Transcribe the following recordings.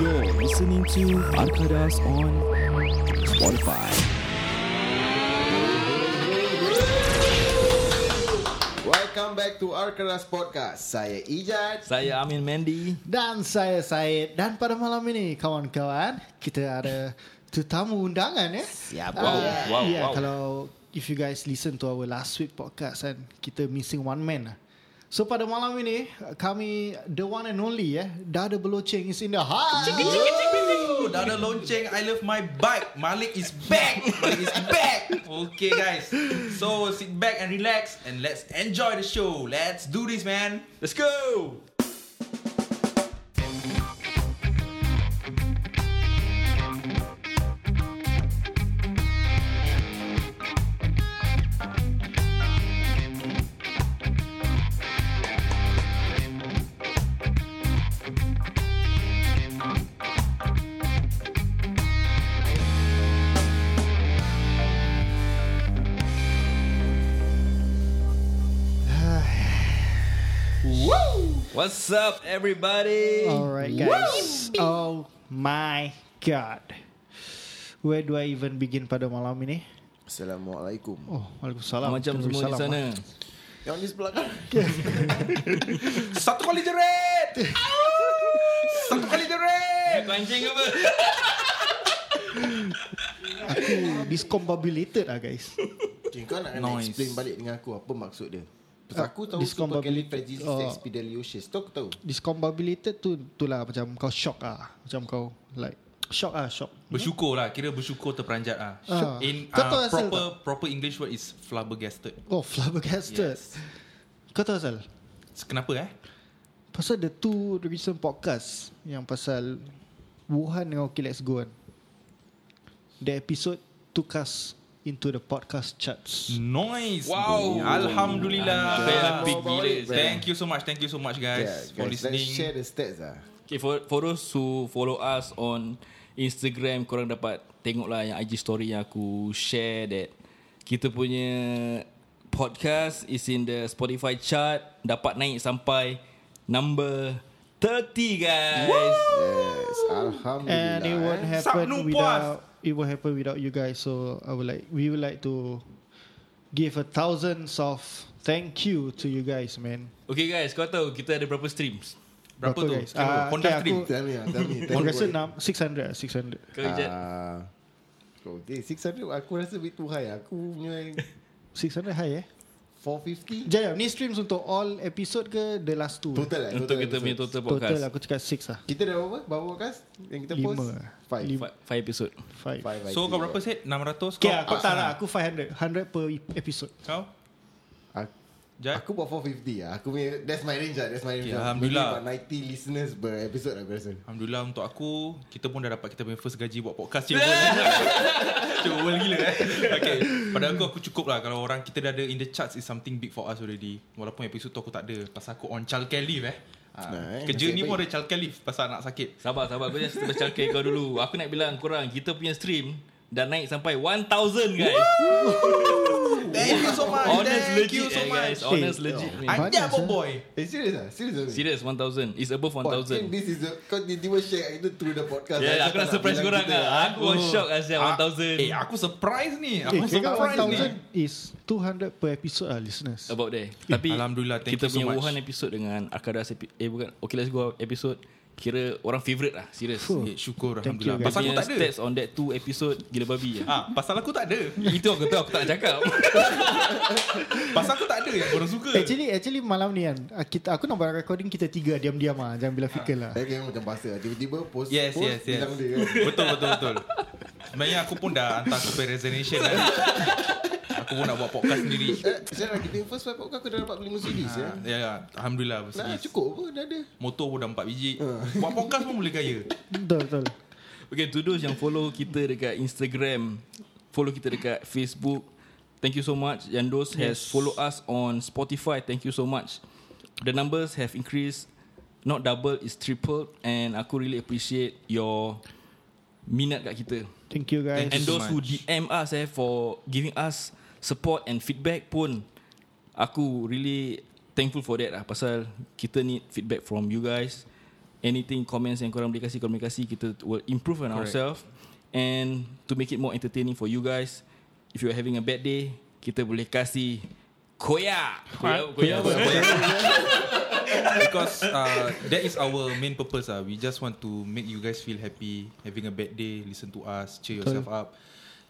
You're listening to Arkadas on Spotify. Welcome back to Arkadas Podcast. Saya Ijat. Saya Amin Mendy. Dan saya Said Dan pada malam ini kawan-kawan Kita ada tetamu undangan ya Siap. Wow, Ah, wow, ya, wow. Kalau if you guys listen to our last week podcast kan Kita missing one man ah. So pada malam ini Kami the one and only ya Dada Beloceng is in the house Woo, Dah ada lonceng I love my bike Malik is back Malik is back Okay guys So sit back and relax And let's enjoy the show Let's do this man Let's go. What's up everybody? Alright guys Oh my god Where do I even begin pada malam ini? Assalamualaikum. Oh, Waalaikumsalam. Macam semua di Waalaikumsalam. eh. sana. Yang ni sebelah kan? Satu kali jerit Au! Satu kali jerit Kancing apa? Aku discombobulated lah guys. Cik, kau nak kena Noise. explain balik dengan aku apa maksud dia. Pasal aku tahu discombobulated. supercalifragilisticexpialidocious. Tahu aku tahu. discombobulated tu tu lah macam kau shock ah macam kau like shock ah shock Bersyukur lah Kira bersyukur terperanjat lah Ah. In Kau tahu uh, asal proper proper English word is flabbergasted oh flabbergasted yes. Yes. kau tahu asal Kenapa eh? pasal the two recent podcast yang pasal Wuhan dengan okay let's go kan the episode took us into the podcast charts Hmm. Noise Wow. Alhamdulillah Alhamdulillah. Big gila, bro. Thank you so much Thank you so much guys guys, For let's listening share the stats lah. Okay, for, for those who follow us on Instagram, korang dapat tengoklah yang IG story yang aku share that kita punya podcast is in the Spotify chart dapat naik sampai number 30 guys. Yes, alhamdulillah. and it won't eh. happen Sabnu without it won't happen without you guys so I would like we would like to give a thousands of thank you to you guys man Okay guys, kau tahu kita ada berapa streams? Berapa Berapa tu? guys? Berapa? Ah, Honda okay, stream aku- Tell me lah, tell me. tell Aku me rasa what- enam- 600 600 Kau uh, Ah, Kau uh, 600 aku rasa a bit too high. Aku punya 600 high eh 450 Jom, jom ni streams untuk all episode ke the last two? total lah. untuk kita punya episode. total Total podcast. aku cakap 6 lah Kita dah berapa? Berapa podcast yang kita Lima. post? Five. Lima. Fi- Five episode. 5 Five, I So kau think. berapa set? 600 Ah. Okay aku tak ah, lah Aku 500 100 per ep- episode Kau? Aku, Jad? aku buat 450 lah. Aku punya, that's my range lah. That's my range Okay, lah. Alhamdulillah. Maybe about 90 listeners per episode lah aku rasa. Alhamdulillah untuk aku Kita pun dah dapat Kita punya first gaji Buat podcast Cik World Cik World gila eh Okay Pada aku aku cukup lah Kalau orang kita dah ada In the charts is something big for us already Walaupun episode tu aku tak ada Pasal aku on childcare leave eh Ah, Nah, eh, Kerja nasib ni pun baik. ada childcare leave Pasal anak sakit Sabar, sabar. Kau just baca okay kau dulu. Aku nak bilang korang, kita punya stream dah naik sampai 1,000 guys. Thank you so much Honest Thank legit you so eh, guys. much Honest Eh, legit ni. I- Anjab Banyak, sir. boy Eh, serious lah? Serious lah? Serious 1,000. It's above Oh, I 1,000. think This is the, kau tiba-tiba share kat kita through the podcast. Ya, yeah, aku nak surprise korang lah. Aku was shock Asyik Ah, 1,000. Eh aku surprise ni Aku Eh kira surprise ni 1000 is 200 per episode lah listeners About there. Tapi Eh, Alhamdulillah, thank kita you so punya much. Wuhan episode dengan Arkadas epi- eh bukan Okay Let's Go episode kira orang favourite lah serious. Fuh. Eh, Syukur Thank you, Dia Alhamdulillah guys. Pasal aku punya tak ada stats on that two episode gila babi lah. Ah, pasal aku tak ada Itu aku tahu aku tak nak cakap. Pasal aku tak ada yang korang suka Actually actually malam ni kan ah, kita, Aku nak buat recording kita tiga diam-diam lah Jangan bila fikir lah Saya kira macam bahasa. Tiba-tiba post, Yes, post yes, yes. bilang dia kan. Betul betul betul. Sebenarnya aku pun dah hantar aku pay resignation kan. Aku pun nak buat podcast sendiri. Eh, Sarah, kita first five podcast aku dah dapat beli CD Ha, ya. ya, ya, alhamdulillah Nah, bersedih. cukup Ha. pun dah ada. Motor pun dah empat biji. Buat podcast pun boleh kaya. Betul betul Okay, to those yang follow kita dekat Instagram, follow kita dekat Facebook, thank you so much. And those yes. has follow us on Spotify, thank you so much. The numbers have increased, not double, it's tripled. And aku really appreciate your minat kat kita. Thank you And guys Thank you so those who much. DM us eh, for giving us support and feedback pun, aku really thankful for that lah. Pasal kita need feedback from you guys. anything comments yang korang boleh kasih korang boleh kasih kita will improve on Correct. ourselves and to make it more entertaining for you guys if you are having a bad day kita boleh kasih koyak koyak apa? Because uh, that is our main purpose ah. We just want to make you guys feel happy, having a bad day, listen to us, cheer yourself up.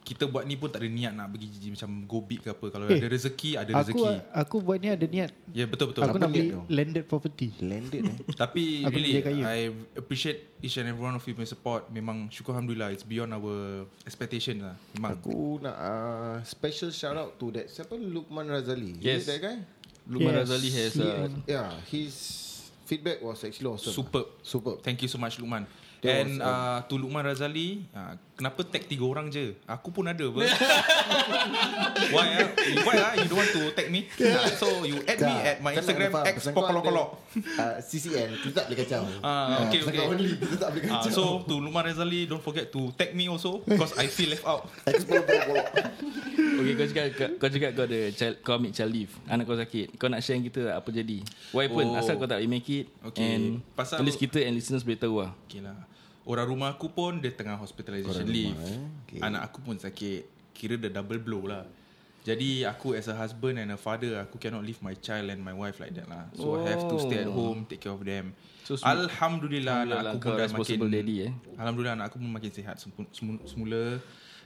Kita buat ni pun tak ada niat nak pergi j- macam go big ke apa. Kalau Eh, ada rezeki, ada Aku rezeki. aku buat ni ada niat. Ya yeah, betul betul. Aku nak beli niat tu? landed property. Landed eh. Tapi Aku really kerja kaya. I appreciate each and every one of you punya support. Memang syukur alhamdulillah it's beyond our expectation lah. Memang. Aku nak uh, special shout out to that siapa Lukman Razali. Yes. Is it that guy? Lukman Yes. Razali has uh, Lukman. Yeah, his feedback was actually awesome. Superb. Superb. Thank you so much Lukman. That And was, uh, to Lukman Razali, uh, kenapa tag tiga orang je? Aku pun ada apa? Why ah? You- Why ah? You don't want to tag me? So you add me at my Kan Instagram nak faham, x pasal kau pokolokolok. ada, uh, CCN Kita tak boleh kacau Ah, okay, pasal okay. kau only Kita tak boleh Uh, kacau so to Lukman Razali, don't forget to tag me also because I feel left out. X-Polo-Polo Okay kau cakap kau, kau cakap kau ada child, kau ambil child leave Anak kau sakit Kau nak share dengan kita tak apa jadi Why pun Oh. oh. asal kau tak boleh make it Okay. And Pasal- Pasal at least kita and listeners boleh tahu lah Okay lah Orang rumah aku pun Dia tengah hospitalisation Orang rumah, leave eh. Okay. okay. Anak aku pun sakit Kira the double blow lah jadi aku as a husband and a father Aku cannot leave my child and my wife like that lah So I have to stay at Oh. home Take care of them so, So, semu- Alhamdulillah, Alhamdulillah Alhamdulillah, Anak aku kau pun dah responsible makin daddy, eh. Alhamdulillah anak aku pun makin sihat sempu- semu- semula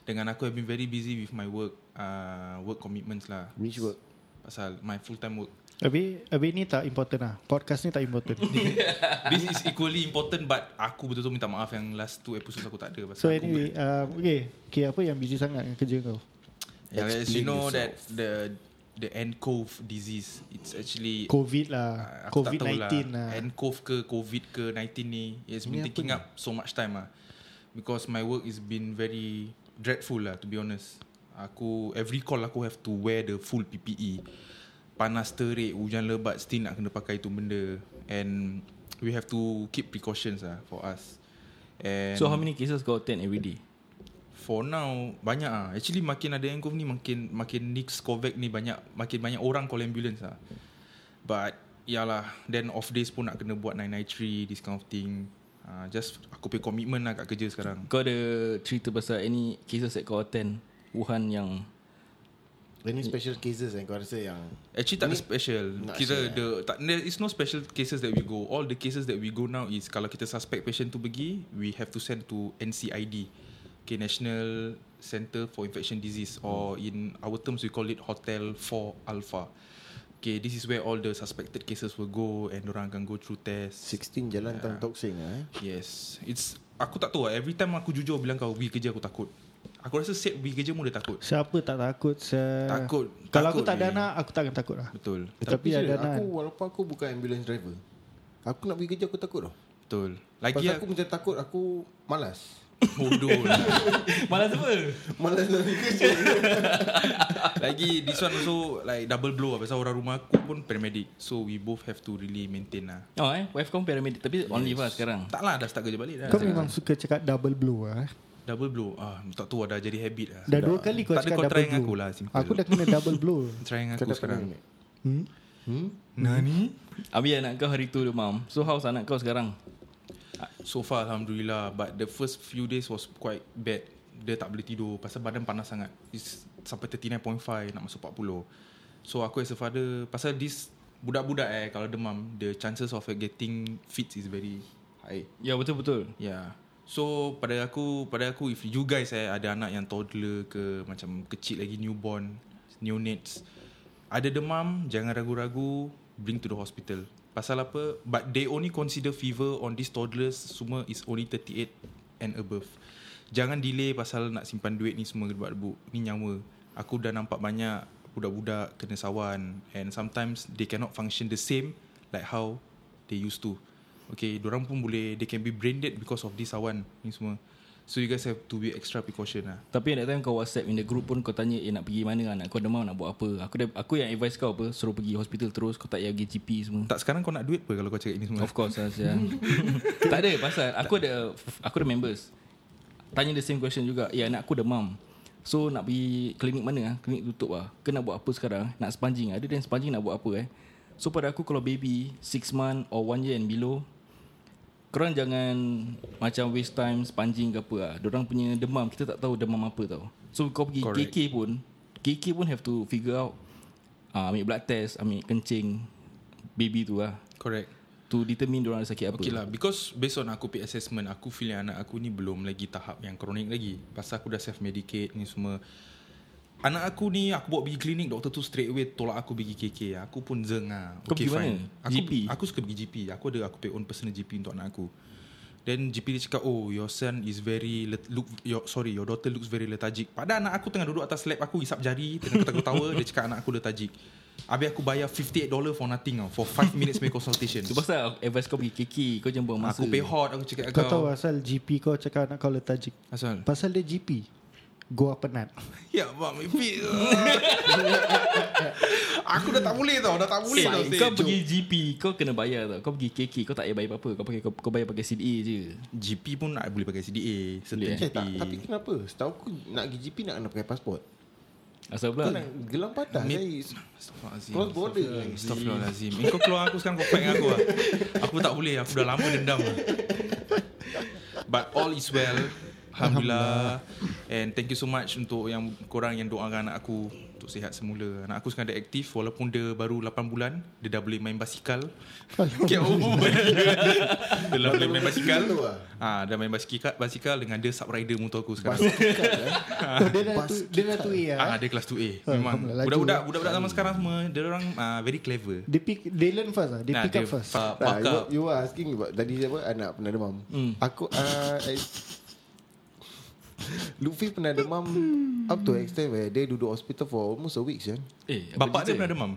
Dengan aku have been very busy with my work uh, Work commitments lah Which work? Pasal my full time work Abi abi ni tak important lah. Podcast ni tak important. This is equally important But aku betul-betul minta maaf Yang last two episodes aku tak ada pasal so aku anyway, uh, okay. Okay, apa yang busy sangat dengan kerja kau? Ya. Yeah, as you Explain know yourself. that the the NCOV disease, it's actually COVID lah. uh, aku tak tahu COVID-19 lah. NCOV ke COVID ke 19 ni, it's uh. Ni been apa taking ni? up so much time ah. Because my work is been very dreadful lah to be honest. Aku every call aku have to wear the full PPE. Panas terik, hujan lebat still nak kena pakai tu benda and we have to keep precautions ah for us. And So how many cases kau attend every day For now Banyak ah. Actually makin ada yang ni Makin makin ni Scovac ni banyak Makin banyak orang call ambulance lah But Yalah Then off days pun nak kena buat 993 This kind of thing uh, Just Aku pay commitment lah kat kerja sekarang Kau ada cerita pasal any cases that kau attend Wuhan yang Any special cases yang kau rasa yang Actually tak ada special Nak Kita share. the tak, There is no special cases that we go All the cases that we go now is Kalau kita suspect patient tu pergi We have to send to NCID Okay National Center for Infection Disease Or in our terms we call it Hotel 4 Alpha Okay this is where all the suspected cases will go And orang akan go through test 16 Jalan Tan Tock Seng lah eh Yes It's Aku tak tahu lah Every time aku jujur Bilang kau pergi kerja aku takut Aku rasa set pergi kerja pun dia takut Siapa tak takut? Se... Takut Kalau Takut Ya, aku tak ada ni. anak, aku takkan takut lah. Betul Tapi, Tapi ada serious, anak. Aku walaupun aku bukan ambulance driver Aku nak pergi kerja aku takut tau Betul Lagi lah. Pasal aku macam takut aku malas Bodoh lah. Malas apa? Malas nak pergi kerja Lagi this one also Like double blow lah Pasal orang rumah aku pun paramedic So we both have to really maintain lah Oh eh Wife kau paramedic Tapi on leave lah sekarang Tak lah dah start kerja balik dah Kau memang suka cakap double blow lah. eh. Double blow ah, Tak tahu dah jadi habit lah Dah dua kali kau Tak ada cakap kau try double dengan blow. aku lah simple. Aku dah kena double blow. Try dengan Kau aku dah pernah sekarang ni? Hmm? Nani? Habis anak kau hari tu demam So how's anak kau sekarang? So far Alhamdulillah But the first few days was quite bad Dia tak boleh tidur Pasal badan panas sangat It's sampai 39.5 Nak masuk 40 So aku as a father Pasal this Budak-budak eh Kalau demam The chances of getting fit is very high Ya betul-betul Yeah. So pada aku pada aku if you guys eh ada anak yang toddler ke macam kecil lagi newborn, neonates, ada demam jangan ragu-ragu bring to the hospital. Pasal apa? But they only consider fever on these toddlers semua is only 38 and above. Jangan delay pasal nak simpan duit ni semua debu ni nyawa. Aku dah nampak banyak budak-budak kena sawan and sometimes they cannot function the same like how they used to. Okay, orang pun boleh they can be brain dead because of this awan ni semua. So you guys have to be extra precaution lah. Tapi that time kau whatsapp in the group pun kau tanya eh nak pergi mana anak kau demam nak buat apa. Aku dah, aku yang advise kau apa suruh pergi hospital terus kau tak payah pergi GP semua. Tak sekarang kau nak duit apa kalau kau cakap ini semua? Of course lah Syah Tak ada pasal Aku ada Aku ada members Tanya the same question juga Ya anak aku demam So nak pergi klinik mana ah? Klinik tutup lah Kena buat apa sekarang Nak spanjing Ada dan spanjing nak buat apa eh So pada aku kalau baby 6 month or 1 year and below korang jangan macam waste time spanjing ke apa lah. Diorang punya demam, kita tak tahu demam apa tau. So kau pergi Correct. Correct. KK pun, KK pun have to figure out uh, ambil blood test, ambil kencing baby tu lah. Correct To determine diorang ada sakit apa. Okay lah Because based on aku punya assessment Aku feel yang anak aku ni Belum lagi tahap yang kronik lagi Pasal aku dah self-medicate ni semua Anak aku ni Aku bawa pergi klinik Doktor tu straight away Tolak aku pergi KK Aku pun zeng lah Kau pergi mana? Aku, GP? Aku suka pergi GP Aku ada aku pay own personal GP Untuk anak aku Then GP dia cakap Oh your son is very let, look, your, Sorry your daughter looks very lethargic Padahal anak aku tengah duduk atas lap aku Isap jari Tengah ketawa-ketawa Dia cakap anak aku lethargic Habis aku bayar $58 for nothing tau For 5 minutes punya consultation Tu pasal aku advice kau pergi KK, kau jangan buang masa. Aku pay hot Aku cakap Kau tahu asal GP kau cakap anak kau letajik Asal Pasal dia GP Gua penat Ya bang mimpi Aku dah tak boleh tau Dah tak boleh Eh, tau kau Sage. pergi GP, kau kena bayar tau. Kau pergi KK, kau tak payah bayar apa-apa. Kau pakai kau, kau bayar pakai CDA je. GP pun nak boleh pakai CDA Boleh, Certain GP Eh, tak, tapi kenapa? Setahu aku nak pergi GP nak kena pakai pasport. Asal Kau pula? nak gelang patah Zaid. Astaghfirullahalazim Cross border. Astaghfirullahalazim Eh kau keluar aku sekarang Kau fight dengan aku lah Aku tak boleh Aku dah lama dendam But all is well Alhamdulillah And thank you so much Untuk yang korang yang doakan anak aku Untuk sihat semula Anak aku sekarang dah aktif Walaupun dia baru 8 bulan Dia dah boleh main basikal Okay, oh, Dia dah boleh main basikal Tu lah. Ah, dah main basikal, basikal dengan dia subrider motor aku sekarang. eh. oh, Dia dah tu, dia dah tu A lah Ah, dia kelas 2A. Memang Alhamdulillah, laju budak-budak eh. budak-budak zaman sekarang semua dia orang ah, very clever. They, pick, they learn first lah They Nah, pick up first Nah, pa- Pack you, up. you were asking about tadi siapa anak pernah demam. Hmm. Aku uh, I, Luffy pernah demam up to extent where dia duduk hospital for almost a week kan. Eh, apa Bapak dia cerita? pernah demam.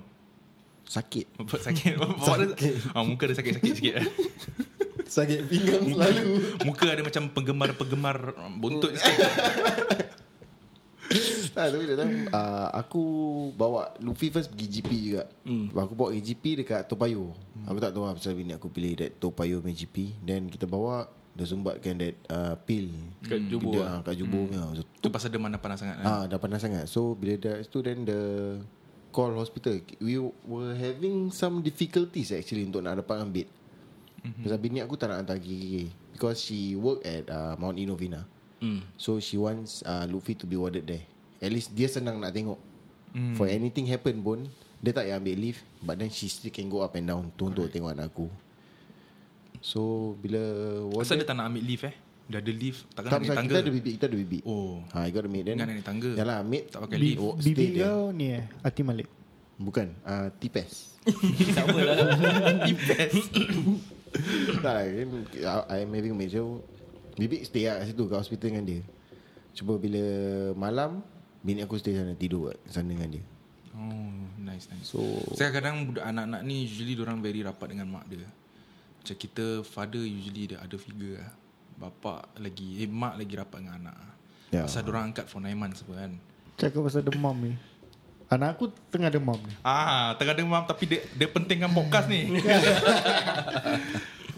Sakit. Bapak sakit. Bapak dia ah, muka dia sakit-sakit sikit. eh. Sakit pinggang selalu. Muka ada macam penggemar-penggemar ah, Oh. buntut sikit. ah, tapi that time uh, aku bawa Luffy first pergi GP juga. Mm. Aku bawa pergi GP dekat Topayo. Mm. Aku tak tahu lah pasal bini aku pilih that Topayo punya GP. Then kita bawa dia sumbatkan that uh, pill Kat Johor Kita, ah. ah, kat Johor punya. So, Tu pasal demam dah panas sangat. eh. Ah, dah panas sangat. So bila dah itu then the call hospital. We were having some difficulties actually untuk nak dapat ambil. Mhm. Mm-hmm. Pasal bini aku tak nak hantar gigi because she work at uh, Mount Inovina. Hmm. Mm. So she wants uh, Luffy to be warded there. At least dia senang nak tengok. Hmm. Mm. For anything happen pun dia tak payah ambil leave but then she still can go up and down tu untuk tengok anak aku. So bila Pasal warded dia tak nak ambil lift eh. Dah ada lift, takkan tak nak naik pasal kan, tangga. kita ada bibik Kita ada bibik Oh. ha, You got to meet then Ingat naik tangga. Yalah meet Tak pakai Bi- lift. oh, stay Bibi there. kau ni eh Ati Malik Bukan uh, Tipes Sama lah. Tak then, I- I'm having a major Bibik stay lah kat situ Kat hospital dengan dia Cuba bila Malam Bini aku stay sana Tidur kat sana dengan dia Oh, nice nice. So Saya kadang budak anak-anak ni usually orang very rapat dengan mak dia. Macam kita father usually dia ada figure lah. Bapak lagi, eh mak lagi rapat dengan anak. Ya. Yeah. Pasal orang angkat for 9 months apa kan. Cakap pasal demam ni Anak aku tengah demam ni Ah, tengah demam tapi dia, dia pentingkan podcast ni.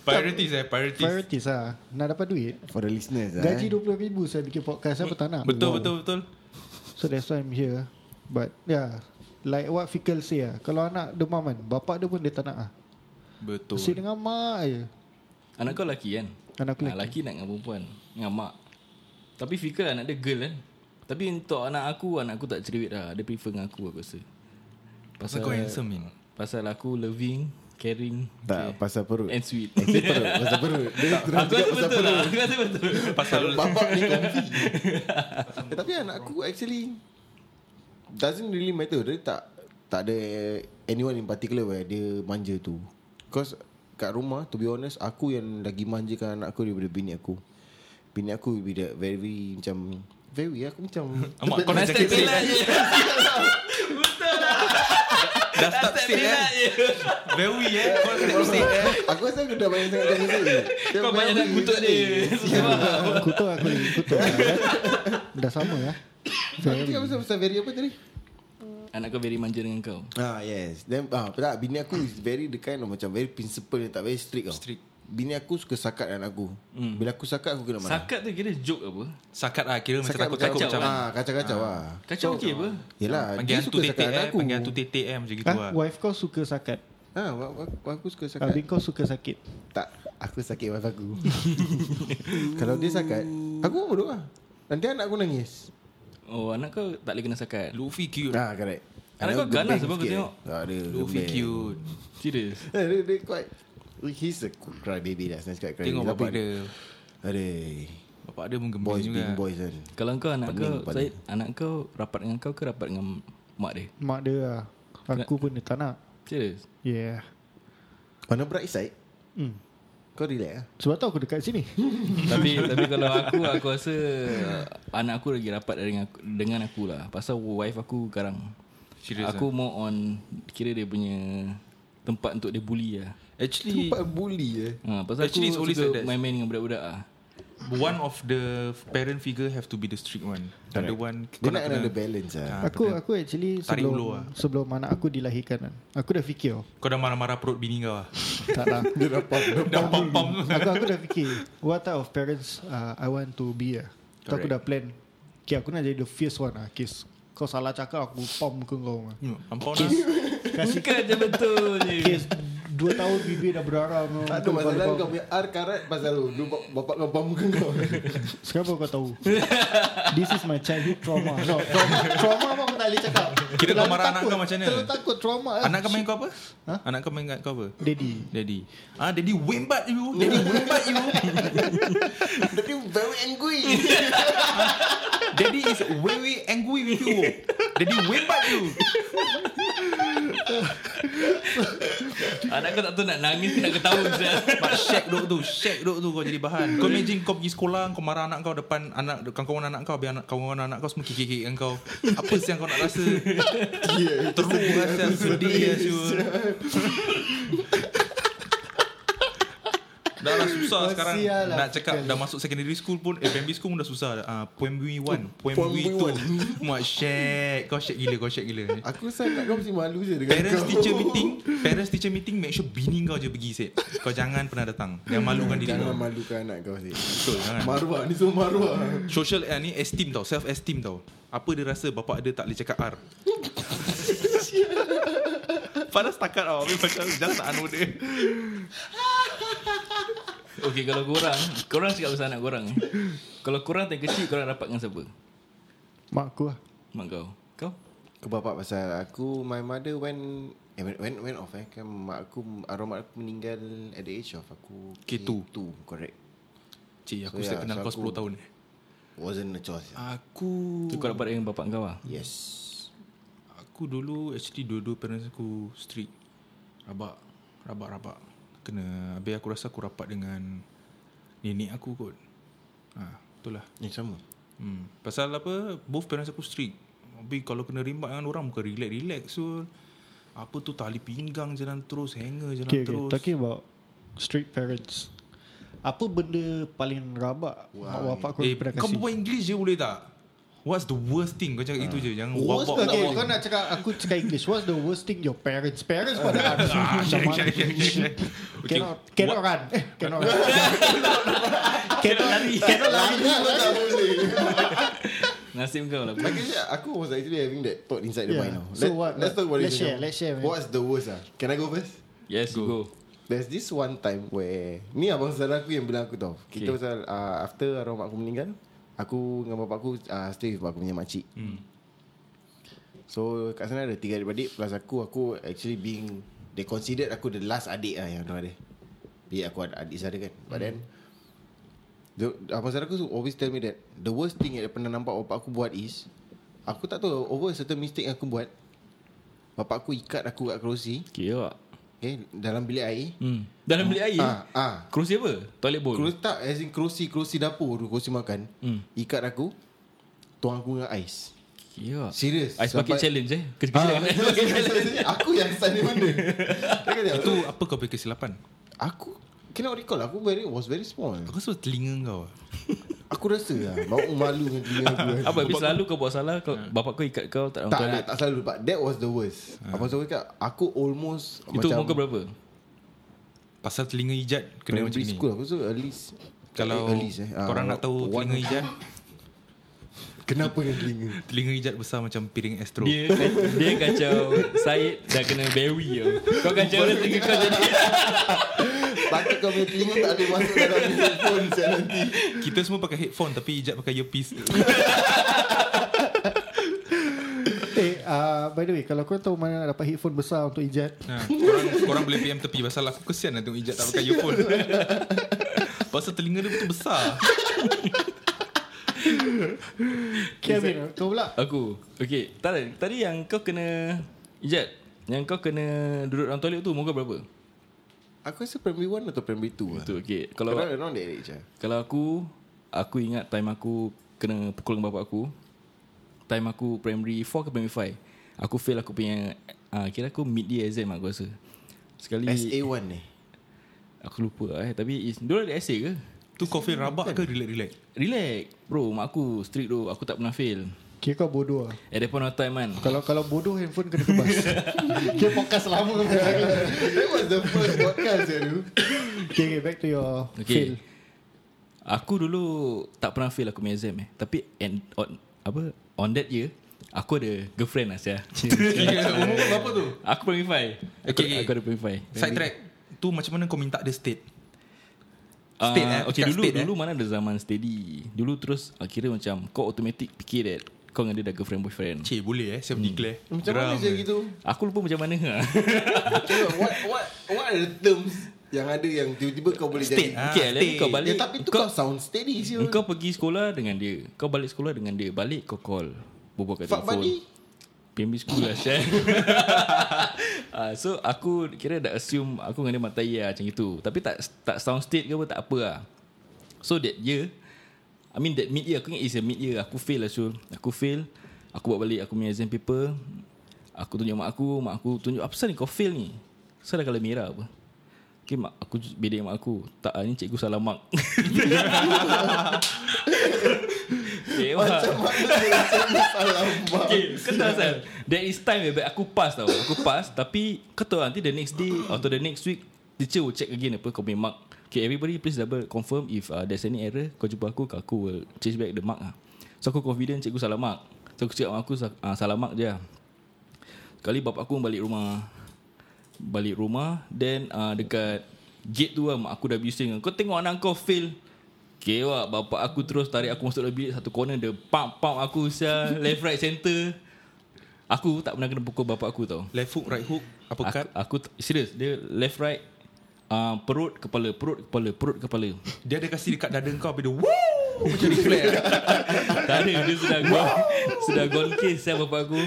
priorities eh, priorities. Priorities lah Nak dapat duit For the listeners lah, Gaji eh. RM20,000 saya bikin podcast Apa tak nak Betul, betul, betul. So that's why I'm here But yeah Like what Fikal say lah Kalau anak demam kan Bapak dia pun dia tak nak lah Betul. Mesti dengan mak je Anak kau lelaki kan? Anak aku Ah, lelaki nak dengan perempuan. Dengan mak. Tapi Fika anak dia girl kan? Tapi untuk anak aku, anak aku tak cerewet lah. Dia prefer dengan aku aku rasa. Pasal Eh. kau handsome ni. Pasal aku loving, caring, Tak pasal perut Eh. and sweet. Actually perut Pasal perut Dia terang aku cakap rasa pasal betul lah. Aku rasa betul. Pasal Babak ni comfy eh, Tapi anak aku actually Doesn't really matter Dia tak Tak ada Anyone in particular Where dia manja tu Cause Kat rumah To be honest Aku yang lagi manjakan anak aku Daripada bini aku Bini aku will be that Very Macam Very aku macam Amak kau nak Hashtag cakap bela sih. je. Dah start Hashtag state bela eh. je. Very eh. Kau start state eh. Aku rasa aku dah banyak sangat Kau Kau banyak nak kutuk dia. Ya. Kutuk aku lagi Kutuk lah. Dah sama lah Aku cakap pasal- pasal very apa tadi Anak kau very manja dengan kau. Ah yes. Then ah tak bini aku is very the kind of macam very principle yang tak very strict tau. Strict. Hmm. Bini aku suka sakat anak aku. Mm. Bila aku sakat aku kena marah. Sakat tu kira joke apa? Sakat lah. Kira macam Sakat takut-takut macam- macam mana. ah kacau-kacau ah. Kacau okey apa? Yelah, Panggil Ah, dia hantu suka tetek sakat eh. anak aku. Panggil hantu tetek eh. Macam gitu ha? lah. Wife kau suka sakat Ah, wa- wa- wa- aku suka sakat. Habis kau suka sakit Tak Aku sakit wife aku Kalau dia sakat Aku pun bodoh lah Nanti anak aku nangis Oh anak kau tak boleh kena sakat Luffy cute Ah, correct Anak kau ganas apa kau tengok? ah, dia Luffy gembeng. cute Serius Eh, Dia, dia quite He's a cry baby lah Senang cakap cry Tengok baby. bapak Tapi- dia Aduh Bapak dia pun gembira Boys juga being boys kan Kalau kau anak Pening kau kepala. Syed, Anak kau rapat dengan kau ke rapat dengan mak dia Mak dia lah Aku pun dia tak nak Serius Yeah On the bright side hmm. Kau relax lah Sebab tu aku dekat sini tapi tapi kalau aku aku rasa uh, anak aku lagi rapat dengan aku, dengan aku lah pasal wife aku garang Serious ah. aku more on kira dia punya tempat untuk dia bully lah Actually Tempat bully eh. je ha, pasal Actually, it's aku always like suka that. main-main dengan budak-budak lah One of the Parent figure have to be the strict one The other one Dia kau nak kena kena- ada balance lah Ah, Aku aku actually Tarik sebelum ulur lah. sebelum anak aku dilahirkan kan. Aku dah fikir oh, Kau dah marah-marah perut bini kau lah tak lah. Dia dapat Dah pam-pam aku aku dah fikir what type of parents uh, I want to be lah. Tu aku Correct. dah plan. Okay, aku nak jadi the fierce one lah. Kes kau salah cakap aku pam muka kau. lah. Ampau lah bukan je betul je Kes dua tahun bibir dah berdarah. kau. Tak ada masalah kau punya R karat pasal lu Lu bap- bapak kau bam muka kau Sekarang baru kau tahu This is my childhood trauma no, Trauma, trauma pun aku tak boleh cakap Kira kau Terlalu marah anak takut. kau macam mana? Terlalu takut trauma Anak kau main kau apa? Ha? Anak kau main kau apa? Daddy Daddy Ah, Daddy wimbat you Daddy wimbat you Tapi very angry Daddy is way way angry with you Daddy wimbat you anak kau tak tahu Ah, nak nangis ke nak ketawa je But shag duk tu Shag duk tu kau jadi bahan Kau imagine kau pergi sekolah Kau marah anak kau depan anak Kawan-kawan anak kau Biar anak- kawan-kawan anak kau Semua kikik dengan kau Apa sih yang kau nak rasa Ya. Teruk lah sial. Sedih lah sial. Dah lah Kasihan susah sekarang lah Nak cakap fikir. Dah masuk secondary school pun Eh primary school pun dah susah uh, Poem B1 Poem Poem B2 B1. Mak shag Kau shag gila Kau shag gila Aku rasa anak kau mesti malu je dengan Parents kau teacher meeting Parents teacher meeting Make sure bini kau je pergi Sid Kau jangan pernah datang Jangan malukan diri Jangan kau malukan anak kau sih Betul jangan Maruah ni semua maruah Social eh, ni esteem tau Self esteem tau Apa dia rasa bapak dia tak boleh cakap R Padahal setakat tau Habis macam Jangan tak anu dia Okay kalau korang Korang cakap pasal anak korang Kalau korang time kecil Korang rapat dengan siapa? Mak aku lah Mak kau Kau? Kau bapak pasal aku My mother when eh, when, when, when off eh kan Mak aku Arwah mak aku meninggal At the age of aku K2. K2 Correct Cik aku So, so, ya, yeah, kenal so kau aku- 10 tahun eh? Wasn't a choice Aku Tu kau rapat dengan bapak kau lah Yes Aku dulu Actually dua-dua parents aku Strict Rabak Rabak-rabak Kena Habis aku rasa aku rapat dengan Nenek aku kot ha, Itulah Yang sama Hmm. Pasal apa Both parents aku strict Tapi kalau kena rimbat dengan orang Bukan relax-relax So Apa tu tali pinggang Jalan terus Hanger jalan Okay, okay. terus Talking about Street parents Apa benda paling rabak Mak bapak kau Eh, pernah kasi kau Ah. berbual English je boleh tak? What's the worst thing? Kau cakap itu je. Jangan Worst wabak. okay, kau nak cakap Aku cakap English What's the worst thing Your parents Parents pun ada Macam mana Okay. Cannot Cannot run Eh, Cannot run Cannot lari Cannot lari Tak boleh Nasib kau lah Like I said, aku was actually having that thought inside the Yeah. mind now. So what- Let's talk about let's this share, now. let's share, man. What's the worst ah? Can I go first? Yes go, go. There's this one time where Ni abang saudara aku yang bilang aku tau Kita Okay. pasal uh, After arwah mak aku meninggal Aku dengan bapak aku uh, Stay with bapak aku punya makcik hmm. So kat sana ada tiga adik-adik Plus aku Aku actually being They considered aku the last adik lah Yang orang ada Biar aku ada adik saudara kan But then the, Abang saudara aku always tell me that The worst thing yang dia pernah nampak bapak aku buat is Aku tak tahu Over certain mistake yang aku buat Bapak aku ikat aku kat kerusi Okay awak Okay Dalam bilik air hmm. Dalam bilik air Ah, ah. Kerusi apa? Toilet bowl Kerusi tak As in kerusi Kerusi dapur tu Kerusi makan Hmm. Ikat aku Tuang aku dengan ais Ya. Serius Ice bucket Sampai- challenge eh. Kecil-kecil Ah, kan. Ice bucket challenge. Aku yang start ni benda Dia kata, Itu apa kau punya kesilapan? Aku Cannot recall Aku very was very small Aku rasa telinga kau. ah. Aku rasa lah Mau malu dengan dia aku kan." Apa habis selalu kau buat salah kau bapak kau ikat kau tak dalam Hmm. Tak, toilet. tak, tak selalu lupa That was the worst Abang Sobat cakap Aku almost Ah. Itu umur kau berapa? Pasal telinga hijat kena macam Primary ni. school Aku so at least Kalau at least, eh. Ah, korang nak tahu one- telinga hijat, Kenapa dengan telinga telinga hijat besar macam piring astro. Dia dia kacau Syed dah kena berry tau. Kau kacau dia tinggi kau jadi. Takut kau punya telinga tak ada masuk dalam earphone saya nanti Kita semua pakai headphone tapi Ijat pakai earpiece. Eh, uh, by the way, kalau kau tahu mana nak dapat headphone besar untuk ijat, ha, korang, korang boleh PM tepi pasal aku kesian lah tengok Ijat tak pakai earphone. pasal telinga dia betul besar. Kevin, kau pula. Aku Okay Tadi, tadi yang kau kena Ijat Yang kau kena Duduk dalam toilet tu Moga berapa Aku rasa primary 1 atau primary 2 lah Itu okay Kalau Around, around that age lah Kalau aku Aku ingat time aku Kena pukul dengan bapak aku Time aku primary 4 ke primary 5 Aku fail aku punya uh, Kira aku mid-year exam aku rasa Sekali SA1 ni Aku lupa lah eh Tapi is, Diorang ada essay ke? Tu kau feel rabak Kan? ke relax-relax? Relax Bro mak aku strict bro Aku tak pernah fail Kira kau bodoh lah. At that point of time kan Kalau kalau bodoh handphone kena kebas. Kira podcast lama kau punya. That was the first podcast ya tu Kan, okay, okay, back to your fail. Okay. Aku dulu tak pernah fail aku punya exam eh. Tapi and on apa on that year aku ada girlfriend lah saya. Umur kau berapa tu? aku primary five. Aku, Okay, okay. aku ada primary five. Side track. Tu macam mana kau minta dia state? Ah, State, eh? Okay Cakap dulu state, eh? dulu mana ada zaman steady. Dulu terus ah, kira macam kau automatic fikir that kau dengan dia dah girlfriend boyfriend. Cik boleh eh Self declare Hmm. Macam eh. mana saya gitu Aku lupa macam mana. Tengok, What what what are the terms Yang ada yang tiba-tiba kau boleh State, jadi ah. okay, then state. kau Ya, balik. tapi tu kau sound steady siul Kau pergi sekolah dengan dia Kau balik sekolah dengan dia Balik kau call Berbual kat Fuck telefon buddy. PMB school lah Syed uh, So aku kira dah assume Aku dengan dia matai lah macam itu Tapi tak tak sound state ke apa tak apa lah So that year I mean that mid year Aku ingat is a mid year Aku fail lah Syul Aku fail Aku buat balik aku punya exam paper Aku tunjuk mak aku Mak aku tunjuk Apa pasal ni kau fail ni Pasal dah kala merah apa Okay mak Aku bedek mak aku Tak ah, ni cikgu salah mak Okay, Macam mana Macam mana salah faham. Okay, kau tahu asal There is time where Aku pass tau Aku pass Tapi Kau tahu nanti the next day Atau the next week Teacher will check again Apa kau punya mark Okay everybody please double confirm If uh, there's any error Kau jumpa aku Aku will change back the mark lah. So aku confident cikgu salah mark So aku cakap dengan aku uh, Salah mark je lah. Sekali bapak aku balik rumah Balik rumah Then uh, dekat Gate tu lah Mak aku dah bising Kau tengok anak kau fail Kewak Bapak aku terus tarik aku masuk dalam bilik Satu corner dia Pump-pump aku sial Left right center Aku tak pernah kena pukul bapak aku tau Left hook Right hook Apa cut Aku, aku serius Dia left right uh, Perut kepala Perut kepala Perut kepala Dia ada kasi dekat dada kau Habis dia Woo Macam declare Tak ada Dia sudah gone Sudah gone case sial bapak aku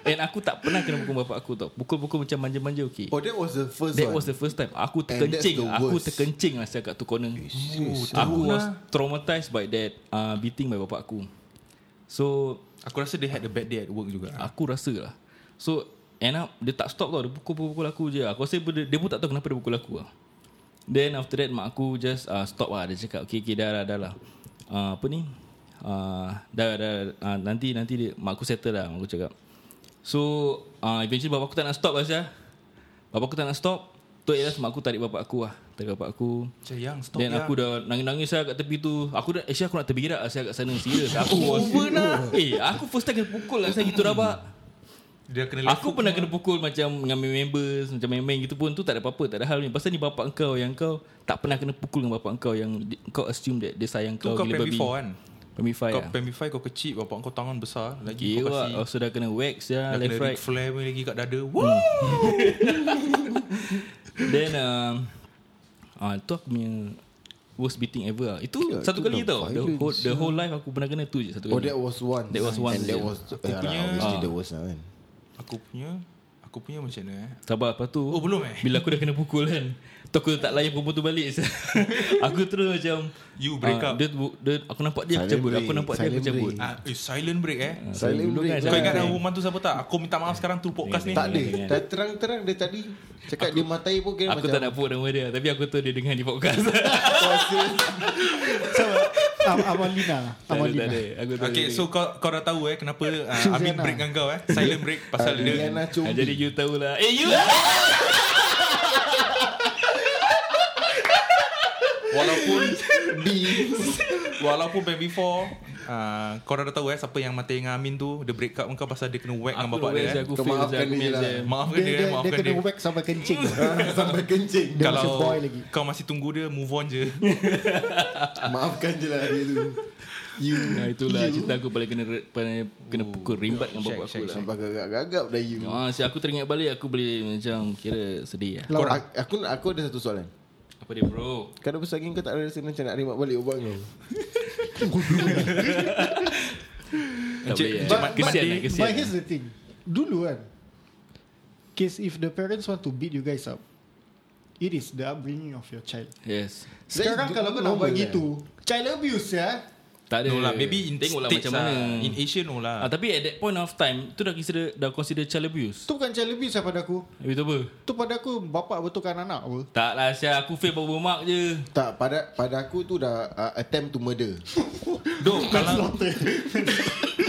And aku tak pernah kena pukul bapak aku tau Pukul-pukul macam manja-manja okay Oh that was the first That one was the first time Aku And that's terkencing the Aku worst. Eh, terkencing lah Saya kat tu corner Aku was traumatized by that uh, Beating by bapak aku So Aku rasa dia had a bad day at work juga Aku rasa lah So End up Dia tak stop tau Dia pukul-pukul aku je Aku rasa dia, dia pun tak tahu Kenapa dia pukul aku lah Then after that Mak aku just uh, Stop lah Dia cakap Okay, okay dah lah dah lah uh, Apa ni uh, Dah dah uh, Nanti nanti dia, Mak aku settle lah Mak aku cakap So uh, Eventually bapak aku tak nak stop lah Syah Bapak aku tak nak stop Tok Elas mak aku tarik bapak aku lah Tarik bapak aku Macam yang Stop stop ya. Then ya. yang aku dah nangis-nangis lah kat tepi tu Aku dah Actually aku nak terbirak lah Saya kat sana Serius Aku was Eh aku first time kena pukul lah Saya gitu rabak Dia kena left Aku pernah kena pukul Macam dengan members Macam main-main gitu pun Tu tak ada apa-apa Tak ada hal ni Pasal ni bapak kau Yang kau tak pernah kena pukul Dengan bapak kau Yang di- kau assume that Dia sayang Tu kau kau primary 4 kan Primary 5 Kau lah primary 5 kau kecil Bapak kau tangan besar Lagi kau Gila kasi oh, Sudah kena wax ya, Dah kena Left Ric right Flair pun lagi kat dada Woo Then um, ah, Itu aku punya Worst beating ever lah Itu Okay lah, satu itu kali dah tau the violence whole, the whole life aku pernah kena tu je Satu Oh kali that was one That was one And that je. was Aku yeah, punya- Obviously Ah. the worst lah kan Aku punya Aku punya macam mana eh Sabar lepas tu Oh, belum eh? Bila aku dah kena pukul kan Tu aku tak layan perempuan tu balik Aku terus macam You break ah, up dia, dia, Aku nampak dia Silent aku cabut break, Aku nampak dia aku silent cabut break. Ah, eh, silent break eh Silent dulu break. kan Kau Silent ingat break. dah rumah tu siapa tak? Aku minta maaf sekarang tu podcast ni Tak ada Ingat. Dah terang-terang dia tadi Cakap dia matai pun kira kan. Aku macam tak nak put nama dia Tapi aku tahu dia dengar di podcast So, Am- Amalina. Tak ada, tak Amalina. ada. Aku tahu Okay dia so kau kau dah tahu eh Kenapa Suzana. uh, Amin break dengan kau eh Silent break Pasal dia Riana dengar. Ah, Jadi Chombi you tahulah Eh you Walaupun B Walaupun back before uh, Korang dah tahu eh Siapa yang mati dengan Amin tu Dia break up dengan kau Pasal dia kena whack dengan Aku bapak whack dia je eh. aku Kau fail je maafkan aku dia Ah, mail lah. je Maafkan Dia, dia, dia, eh, dia maafkan kena dia, whack sampai kencing Ah, Sampai kencing Dia Kalau macam boy lagi. kau masih tunggu dia Move on je Maafkan je lah dia tu You Oh, Nah, Ah, itulah cerita aku paling kena paling kena pukul rimbat dengan bapak aku lah. Sampai gagap-gagap dah you Ya. Ah, si aku teringat balik aku boleh macam kira sedih lah. Kau- a- Aku aku ada satu soalan Apa dia bro? Kadang besar lagi kau tak ada rasa macam nak remak balik ubat kau Tak Encik- boleh. Encik eh. Mat- Kesian lah, But kesian. here's lah. the thing Dulu kan Case if the parents want to beat you guys up It is the upbringing of your child Yes. Sekarang That's kalau kau nak normal buat lah. gitu Child abuse ya Tak ada. No lah Maybe in Tengoklah States macam mana. lah. In Asia no lah Ah, tapi at that point of time tu dah consider dah consider child abuse. Itu bukan child abuse lah pada aku Habis tu apa? Itu pada aku Bapak betulkan anak apa Tak lah Syah Aku fail berapa mark je Tak pada pada aku tu dah uh, attempt to murder Do kalau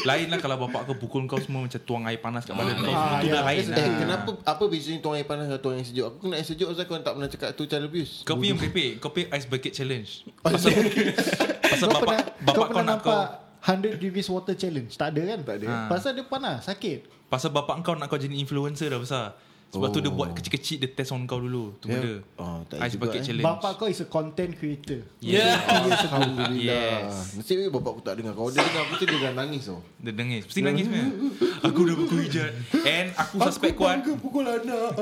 Lain lah kalau bapak kau pukul kau semua Macam tuang air panas kat badan kau ah, Itu ya. dah lain Eh, lah kenapa apa bezanya tuang air panas dengan tuang air sejuk? Aku kena air sejuk pasal kau tak pernah cakap tu child abuse. Kau punya merepek Kau punya ice bucket challenge Pasal Pasal Oh, Kau bapak pernah Bapak Kau kau pernah nak kau nampak 100 degrees water challenge Tak ada kan Tak ada Pasal dia panas Sakit Pasal bapak kau nak kau jadi influencer dah besar Sebab oh. tu dia buat kecil-kecil Dia test on kau dulu Tu Yeah. benda Oh, tak Ice juga, bucket eh. challenge Bapak kau is a content creator Yeah, Ya. Alhamdulillah. Yes. Nasib baik bapak aku tak dengar. Kalau dia dengar aku tu dia dah nangis tau. Dia nangis Mesti nangis punya Aku dah pukul hijat And aku suspect kuat pukul anak.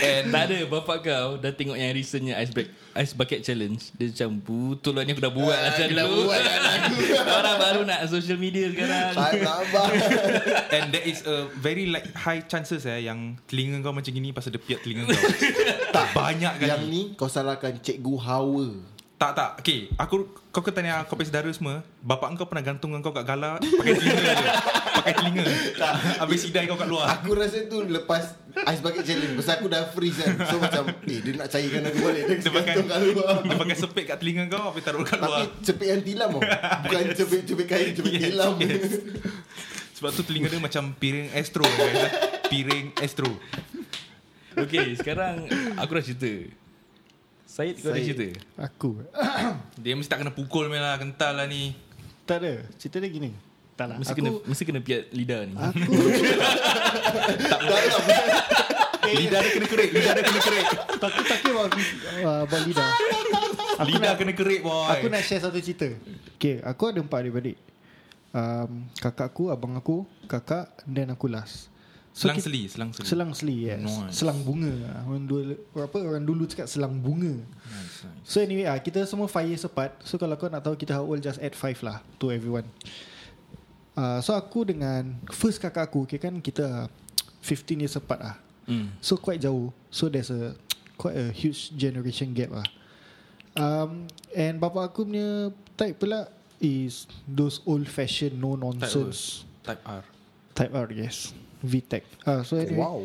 And Tak ada Bapak kau Dah tengok yang recentnya Ice, break, ice bucket challenge Dia macam Betul lah ni aku dah buat Ah, lah Syah aku dah dulu." buat lah aku. Orang baru nak social media sekarang Tak sabar. And there is a very like high chances eh Yang telinga kau macam gini Pasal dia piat telinga kau Tak banyak kali Yang ni kau salahkan cikgu Hawa. Tak tak Okay aku, Kau kena tanya Kau punya saudara semua Bapak kau pernah gantung kau kat gala Pakai telinga je Pakai telinga Habis sidai kau kat luar Aku rasa tu lepas ice bucket challenge pasal aku dah freeze kan. So macam eh dia nak cairkan aku balik dia Dia pakai gantung kat luar. Dia pakai sepit kat telinga kau Habis taruh kat Tapi luar cepik yang tilam tau. Bukan cepik-cepik kain, cepik Yes, tilam. yes. Sebab tu telinga dia macam piring astro guys. Piring astro Okay sekarang Aku dah cerita Syed kau ada Syed. cerita Aku Dia mesti tak kena pukul meh lah Kental lah ni Tak ada Cerita dia gini Tak lah Mesti Aku Ah. kena mesti kena piat lidah ni Aku Lidah dia kena kerik Lidah dia kena kerik Aku tak kira about, uh, about lidah Aku Lidah nak- kena kerik boy Aku nak share satu cerita Okay Aku ada empat adik-adik um, Kakak aku Abang aku Kakak Then aku last Selang kita- seli Selang seli Selang seli yes. Nice. Selang bunga orang dulu, apa, orang dulu cakap selang bunga So anyway ah, Kita semua 5 years apart So kalau kau nak tahu Kita how old Just add 5 lah To everyone uh, So aku dengan First kakak aku okay, kan Kita ah, 15 years apart lah Hmm. So quite jauh So there's a Quite a huge generation gap lah um, And bapak aku punya Type pula Is Those old fashioned No nonsense Type R Type R yes VTech uh, So anyway wow.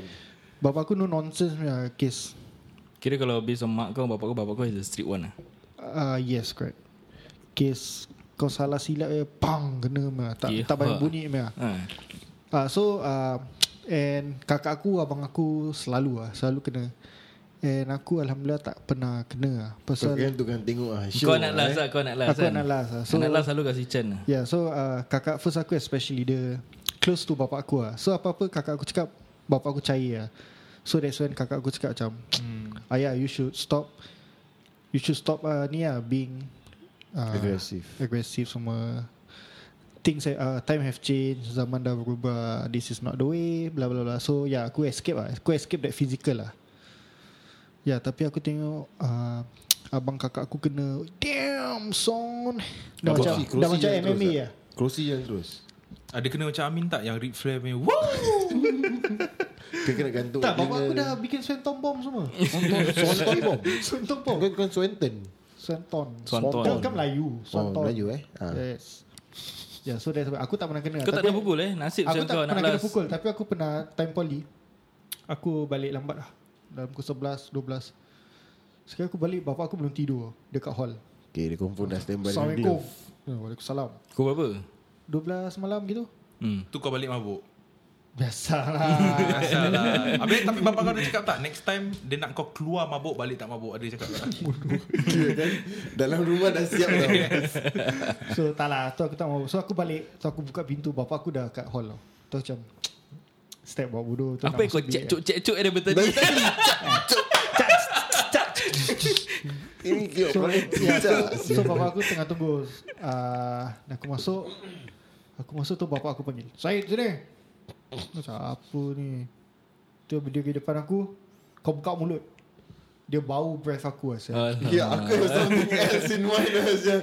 Bapak aku no nonsense punya case Kira kalau based on mak kau Bapak kau Bapak kau is the strict one lah uh, Yes correct Case Kau salah silap eh, Pang kena punya. Tak, Yeah. tak banyak bunyi punya. ha. Uh, so uh, And kakak aku Abang aku Selalu lah Selalu kena And aku Alhamdulillah tak pernah kena lah. So Pasal kan tu kan tengok ah. Kau nak last lah Kau nak last Aku kan? nak last lah. So- Anak last selalu kasih Chan lah Yeah so uh, Kakak first aku especially Dia close to bapak aku lah So apa-apa kakak aku cakap Bapak aku cair lah So that's when kakak aku cakap macam hmm. Ayah you should stop You should stop uh, ni lah Being uh, Aggressive. Aggressive semua Things have- uh, Time have changed Zaman dah berubah This is not the way Blah blah blah So yeah aku escape lah Aku escape that physical lah Ya yeah, tapi aku tengok uh, Abang kakak aku kena Damn son Dah Kerusi- macam kerusi Dah macam yang terus MMA tak? lah Kerusi yang terus. Ada Ah, kena macam Amin tak Yang Ric Flair punya Woo Dia kena gantung. Tak, bapak aku dah bikin swanton bomb semua. Swanton bom. swanton bomb. Bukan bukan Swanton. Swanton. Swanton. Kan, kan Melayu. Oh, Swanton. Melayu eh. Ha. Yes. Ya, yeah, so that's why. Aku tak pernah kena. Kau tak Tapi ada pukul eh Nasib macam Aku tak kau pernah nak kena last pukul. Tapi aku pernah time poly. Aku balik lambat lah. Dalam pukul 11, 12. Sekali aku balik, bapak aku belum tidur. Dekat hall. Okay, dia confirm dah standby. Assalamualaikum. Ya, Waalaikumsalam. Kau berapa 12 malam gitu. Hmm Tu kau balik mabuk Biasalah Asal lah Habis tapi bapak kau ada cakap tak Next time Dia nak kau keluar mabuk Balik tak mabuk Ada Ya, cakap tak Kira kan Dalam rumah dah siap tau So tak lah Tu aku tak mau So aku balik So aku buka pintu Bapak aku dah kat hall tau Tu aku macam Step buat bodoh tu Apa yang nak kau masuk bilik kan. cek-cek-cek daripada tadi? Ah, Ini kira So, perangai yeah, so, cicak so bapak aku tengah tunggu uh, Aku masuk Aku masuk tu bapak aku panggil Syed sini Aku Macam apa ni Tu dia pergi depan aku Kau buka mulut Dia bau breath aku asal Ah. Ya aku ada something else in mind lah, Syah.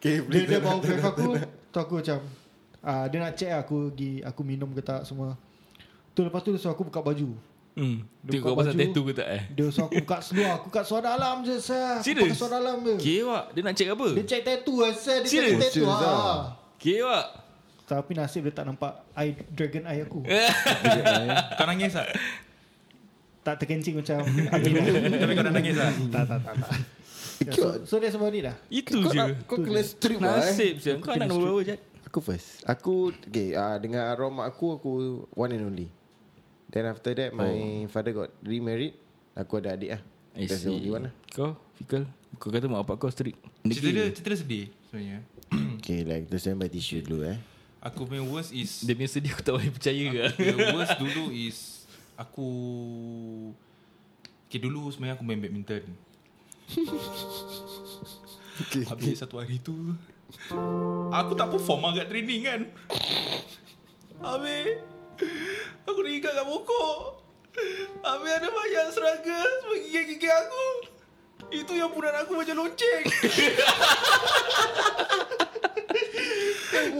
Okay Ah. Dia please dia bawa grab aku Tu aku macam uh, Dia nak check aku pergi Aku minum ke tak semua Tu lepas tu dia suruh aku buka baju Hmm. Tu Dia buka kau pasal baju. tattoo ke tak eh? Dia suruh aku buka seluar Aku kat seluar dalam je sah Aku Serious? pakai seluar dalam je Kewak, dia nak check apa? Dia check tattoo lah sah Dia Serious? check tattoo Serious ha. ah. Kewak. Tapi nasib dia tak nampak eye, Dragon eye aku ya. Kau nangis tak Tak terkencing macam angin lah. Tapi kau dah nangis tak Tak tak tak, tak. Yeah, so, so that's about it lah Itu Kau je. nak- Kau kena strip lah eh. Nasib je. Kau nak nombor berapa je? Aku first Aku okay, uh, Dengan arwah mak aku Aku one and only Then after that My father got remarried Aku ada adik lah Oh. I That's the see. only one lah Kau, Fikal. Kau kata mak bapak kau strict. Cerita dia Cerita dia sedih Sebenarnya Okay like Kita stand by tissue dulu eh Aku punya worst is Dia punya sedih aku tak boleh percaya ke? The worst dulu is Aku Okay dulu sebenarnya aku main badminton okay, Habis satu hari tu Aku tak perform lah kat training kan Habis Aku terikat kat pokok Habis ada banyak struggles Menggigit-gigit aku Itu yang punat aku macam lonceng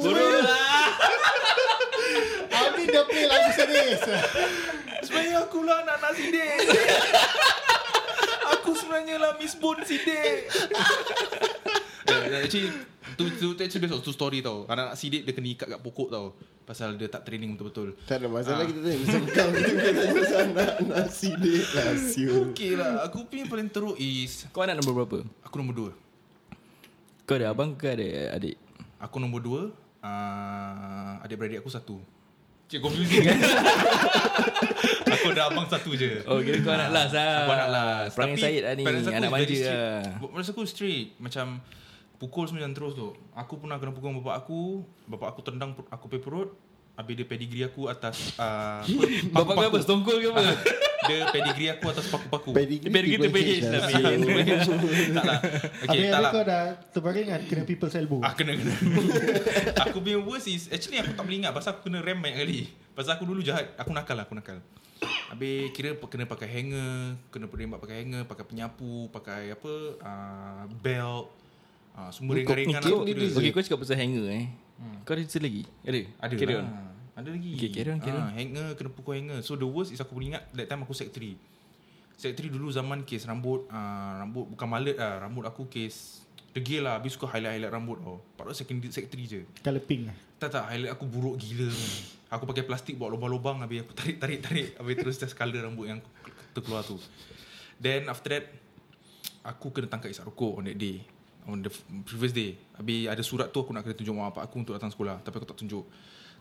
Bodoh lah. Amin dia play lagu serius Sebenarnya aku lah anak-anak sidik Aku sebenarnya lah Miss Bone sidik Ya, Actually tu, tu, tu actually based on true story tau Anak-anak sidik dia kena ikat kat pokok tau Pasal dia tak training betul-betul Tak ada Ah. masalah kita tanya Pasal kau Kita bukan tanya pasal anak Nasi dek lah siul Okay lah Aku punya paling teruk is Kau anak nombor berapa? Aku nombor dua Kau ada abang ke ada adik? Aku nombor dua uh, Adik-beradik aku satu Cik confusing kan Aku ada abang satu je Ah, Oh, kira kau anak last lah. Aku anak last Perangai Tapi Syed lah ni. parents aku Anak is very manja strict. lah. Parents aku straight Macam Pukul semua jalan terus tu Aku pernah kena pukul bapak aku Bapak aku tendang perut- Aku pergi perut Habis dia pedigree aku atas uh, Bapak kau apa? Stone Cold ke apa? Dia pedigree aku atas paku-paku Biar kita page lah, Min. Tak lah Habis habis Okay tak lah kau dah terbaring kan Kena people's elbow Ah kena kena Aku punya worst is Actually aku tak boleh ingat Pasal aku kena rem banyak kali Pasal aku dulu jahat Aku nakal lah aku nakal Habis kira pe- kena pakai hanger Kena penembak pakai hanger Pakai penyapu Pakai apa uh, Belt uh, Semua ringan-ringan kau- kau aku kira Okay, kau cakap pasal hanger eh. Hmm. Kau ada cerita lagi? Ada? Ada Carry lah on. Ada lagi Okay, carry on, carry Ah, Hanger Kena pukul hanger So the worst is aku boleh ingat That time aku sec 3 Sec 3 dulu zaman kes rambut uh, Rambut bukan malet lah Rambut aku kes Degil lah Habis suka highlight-highlight rambut tau Padahal second sec 3 je Color pink lah tak tak highlight aku buruk gila man. Aku pakai plastik buat lubang-lubang Habis aku tarik tarik tarik Habis terus just colour rambut yang terkeluar tu Then after that Aku kena tangkap isap rokok on that day On the f- previous day Habis ada surat tu aku nak kena tunjuk mak bapak aku untuk datang sekolah Tapi aku tak tunjuk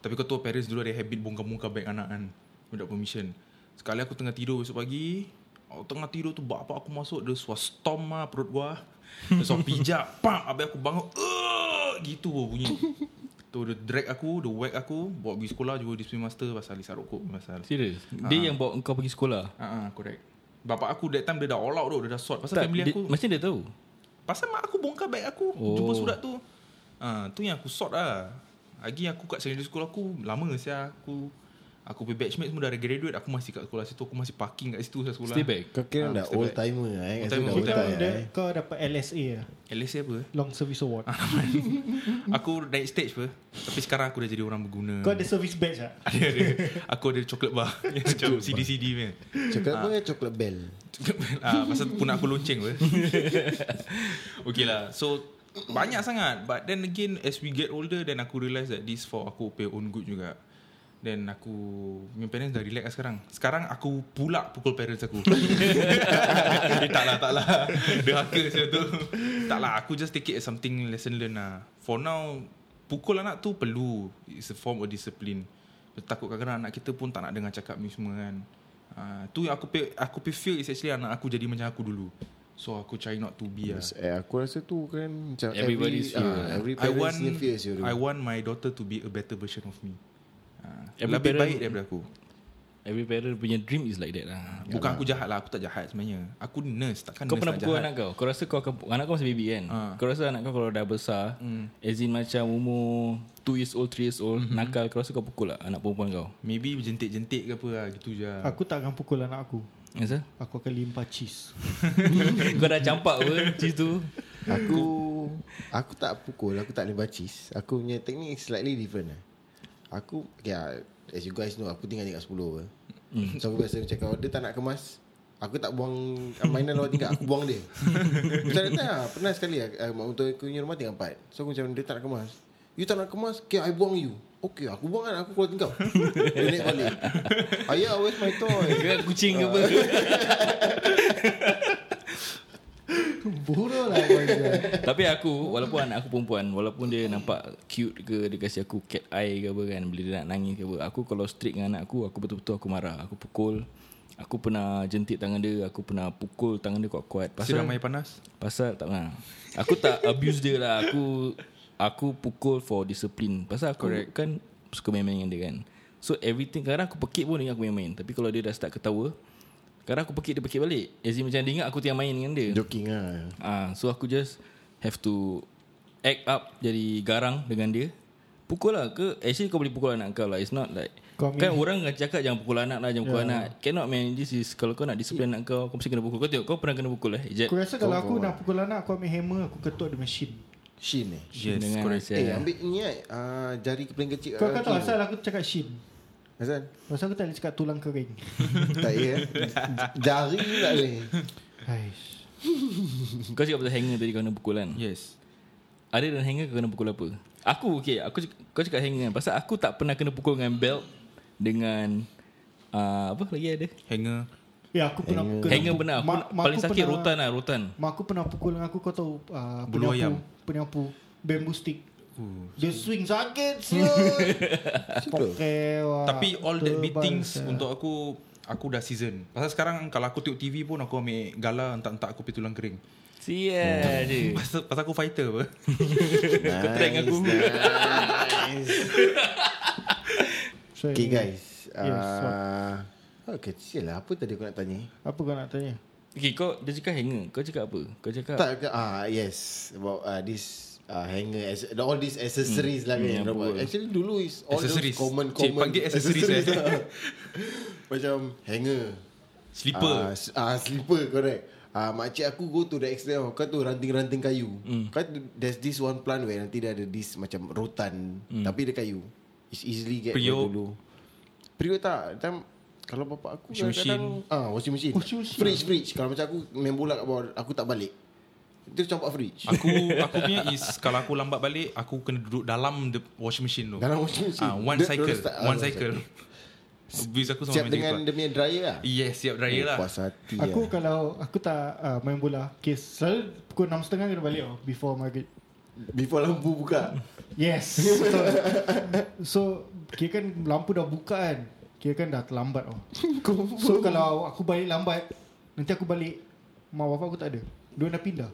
Tapi kau tahu parents dulu ada habit bongkar-bongkar beg anak kan Without permission Sekali aku tengah tidur besok pagi Aku tengah tidur tu bapak aku masuk Dia suar storm lah perut gua Dia suar pijak Pam Habis aku bangun "Ugh!" Gitu pun bunyi Tu dia drag aku, dia whack aku, bawa pergi sekolah juga discipline master pasal lisar rokok pasal. Serius? Dia yang bawa kau pergi sekolah? Ha ah, correct. Bapak aku that time dia dah all out tu, dia dah sort pasal tak, Tak, family dia, aku. macam dia tahu? Pasal mak aku bongkar beg aku Oh. oh. Jumpa surat tu ha, Tu yang aku sort lah Lagi aku kat secondary school aku Lama saya aku Aku punya batchmate semua dah graduate Aku masih kat sekolah situ Aku masih parking kat situ saya sekolah Stay back. Kau kira dah Ah, old timer eh Old Kau dah old timer, old Kau, timer. timer dah, kau dapat LSA lah LSA apa Long Service Award Aku naik stage apa Tapi sekarang aku dah jadi orang berguna Kau ada service badge tak? Ada ada Aku ada coklat bar Yang macam CD-CD punya Coklat apa kan? Coklat bell ah, pasal tu punah aku lonceng apa. okay lah. So banyak sangat. But then again as we get older then aku realise that this for aku pay own good juga. Then aku My parents dah relax lah sekarang Sekarang aku pula Pukul parents aku eh, Tak lah tak lah Dia haka macam tu Tak lah aku just take it as something Lesson learn lah For now Pukul anak tu perlu It's a form of discipline Takut kadang-kadang anak kita pun tak nak dengar cakap ni semua kan uh, Tu yang aku pay, aku pay feel is actually anak aku jadi macam aku dulu So aku try not to be lah Yes, eh, aku rasa tu kan macam Everybody's every, fear. ah, every I parents want ni fears you. I want my daughter to be a better version of me uh, Every Lebih parent- baik daripada aku Every parent punya dream is like that lah Bukan aku jahat lah Aku tak jahat sebenarnya Aku nurse Takkan Kau nurse pernah nak pukul jahat. anak kau Kau rasa kau akan Anak kau masih baby kan Ha. Kau rasa anak kau kalau dah besar As in macam umur 2 years old 3 years old Nakal Kau rasa kau pukul lah Anak perempuan kau Maybe jentik-jentik ke apa lah Gitu je Ah, lah. Aku tak akan pukul anak aku Kenapa? Aku akan limpah cheese kau dah campak apa Cheese tu Aku aku tak pukul, aku tak lempar cheese. Aku punya teknik is slightly different lah. Aku yeah, as you guys know aku tinggal tingkat 10 apa. So aku biasa macam kalau dia tak nak kemas, aku tak buang ah, mainan lawan tingkat, aku buang dia. macam dia tak lah, pernah sekali lah, eh, mak untuk aku punya rumah tinggal 4. So aku macam dia tak nak kemas. You tak nak kemas, okay I buang you. Okay, aku buang kan, aku keluar tingkap. dia naik balik. Ayah, where's my toy? Kau kucing ke apa Bodoh lah kau Izzat. Tapi aku Walaupun anak aku perempuan Walaupun dia nampak Cute ke Dia kasi aku cat eye ke apa kan Bila dia nak nangis ke apa Aku kalau strict dengan anak aku Aku betul-betul aku marah Aku pukul Aku pernah jentik tangan dia Aku pernah pukul tangan dia kuat-kuat Siram air panas Pasal tak pernah Aku tak abuse dia lah Aku Aku pukul for discipline Pasal aku Correct. kan Suka main-main dengan dia kan So everything Kadang aku pekik pun Dengan aku main-main Tapi kalau dia dah start ketawa Kadang aku pekik Dia pekik balik As in macam dia ingat Aku tengah main dengan dia Joking lah. Ah, So aku just Have to Act up Jadi garang dengan dia Pukul lah ke Actually kau boleh pukul anak kau lah It's not like Kau Ya. Kan orang akan cakap Jangan pukul anak lah Jangan pukul anak Cannot man This is Kalau kau nak disiplin anak kau Kau mesti kena pukul Kau tengok kau pernah kena pukul eh Ejat Aku rasa kalau aku nak pukul anak Aku ambil hammer Aku ketuk dia machine Shin eh. Yes dengan correct Aisyah. ya. Eh, ambil ni kan, ah, jari kepaling kecil. Ah, Kau lah, kat kau tahu kaki. asal aku cakap shin Azan Pasal aku tak boleh cakap tulang kering Tak ya Jari pula ni Aish. eh. Kau cakap pasal hanger tadi kau kena pukul kan Yes Ada dan hanger kau kena pukul apa Aku okay aku, cak- Kau cakap hanger kan Pasal aku tak pernah kena pukul dengan belt Dengan uh, Apa lagi ada Hanger Ya aku pernah pukul Hanger pernah aku, Mak- mak Paling aku sakit pernah- rotan lah rotan Mak aku pernah pukul dengan aku Kau tahu uh, penyapu, Bulu ayam. Oh, Penyapu Bamboo stick Ooh. Dia swing sakit siut. Pokel Ah, lah. Tapi all that Terbang, beatings eh. siut. Untuk aku Aku dah season Pasal sekarang Kalau aku tengok TV pun Aku ambil gala Entak-entak aku pergi tulang kering Sia je Pasal, pasal aku fighter apa Kau prank aku. nice. So, Okay guys Yes, uh, oh, Kecil lah Apa tadi aku nak tanya Apa kau nak tanya Okay kau Dia cakap hanger Kau cakap apa Kau cakap Tak ke ah, Yes About uh, this uh, Hanger as, All these accessories lah Hmm, kan yang Robert. apa. Actually dulu is All Accessories. those common Cik, common panggil accessories, eh. lah. Macam hanger Slipper uh, Ah, s- ah slipper correct. Ah makcik aku go to the extent of kau tu ranting-ranting kayu. Hmm. Mm. Kau tu- there's this one plant where nanti dia ada this macam rotan mm. tapi dia kayu. It's easily get Hmm. Periuk. dulu. Periuk tak? Time kalau bapak aku Washing kadang-kadang ah washing machine. Washing machine. Fridge fridge. Kalau macam aku main bola kat bawah aku tak balik. Dia campak fridge. Aku aku punya is Kalau aku lambat balik Aku kena duduk dalam The washing machine tu Dalam washing machine. Ah, One Dia- dia cycle letak- One ah, cycle Abuse aku sama ah. Siap dengan dia punya dryer lah. Yes siap dryer lah Puas hati Aku lah. kalau Aku tak uh, main bola Okay Selalu pukul 6.30 kena balik oh, Before Margaret Before lampu buka. Yes So, so Kira kan lampu dah buka kan Kira kan dah terlambat oh. So kalau aku balik lambat Nanti aku balik Mak bapak aku tak ada Dia dah pindah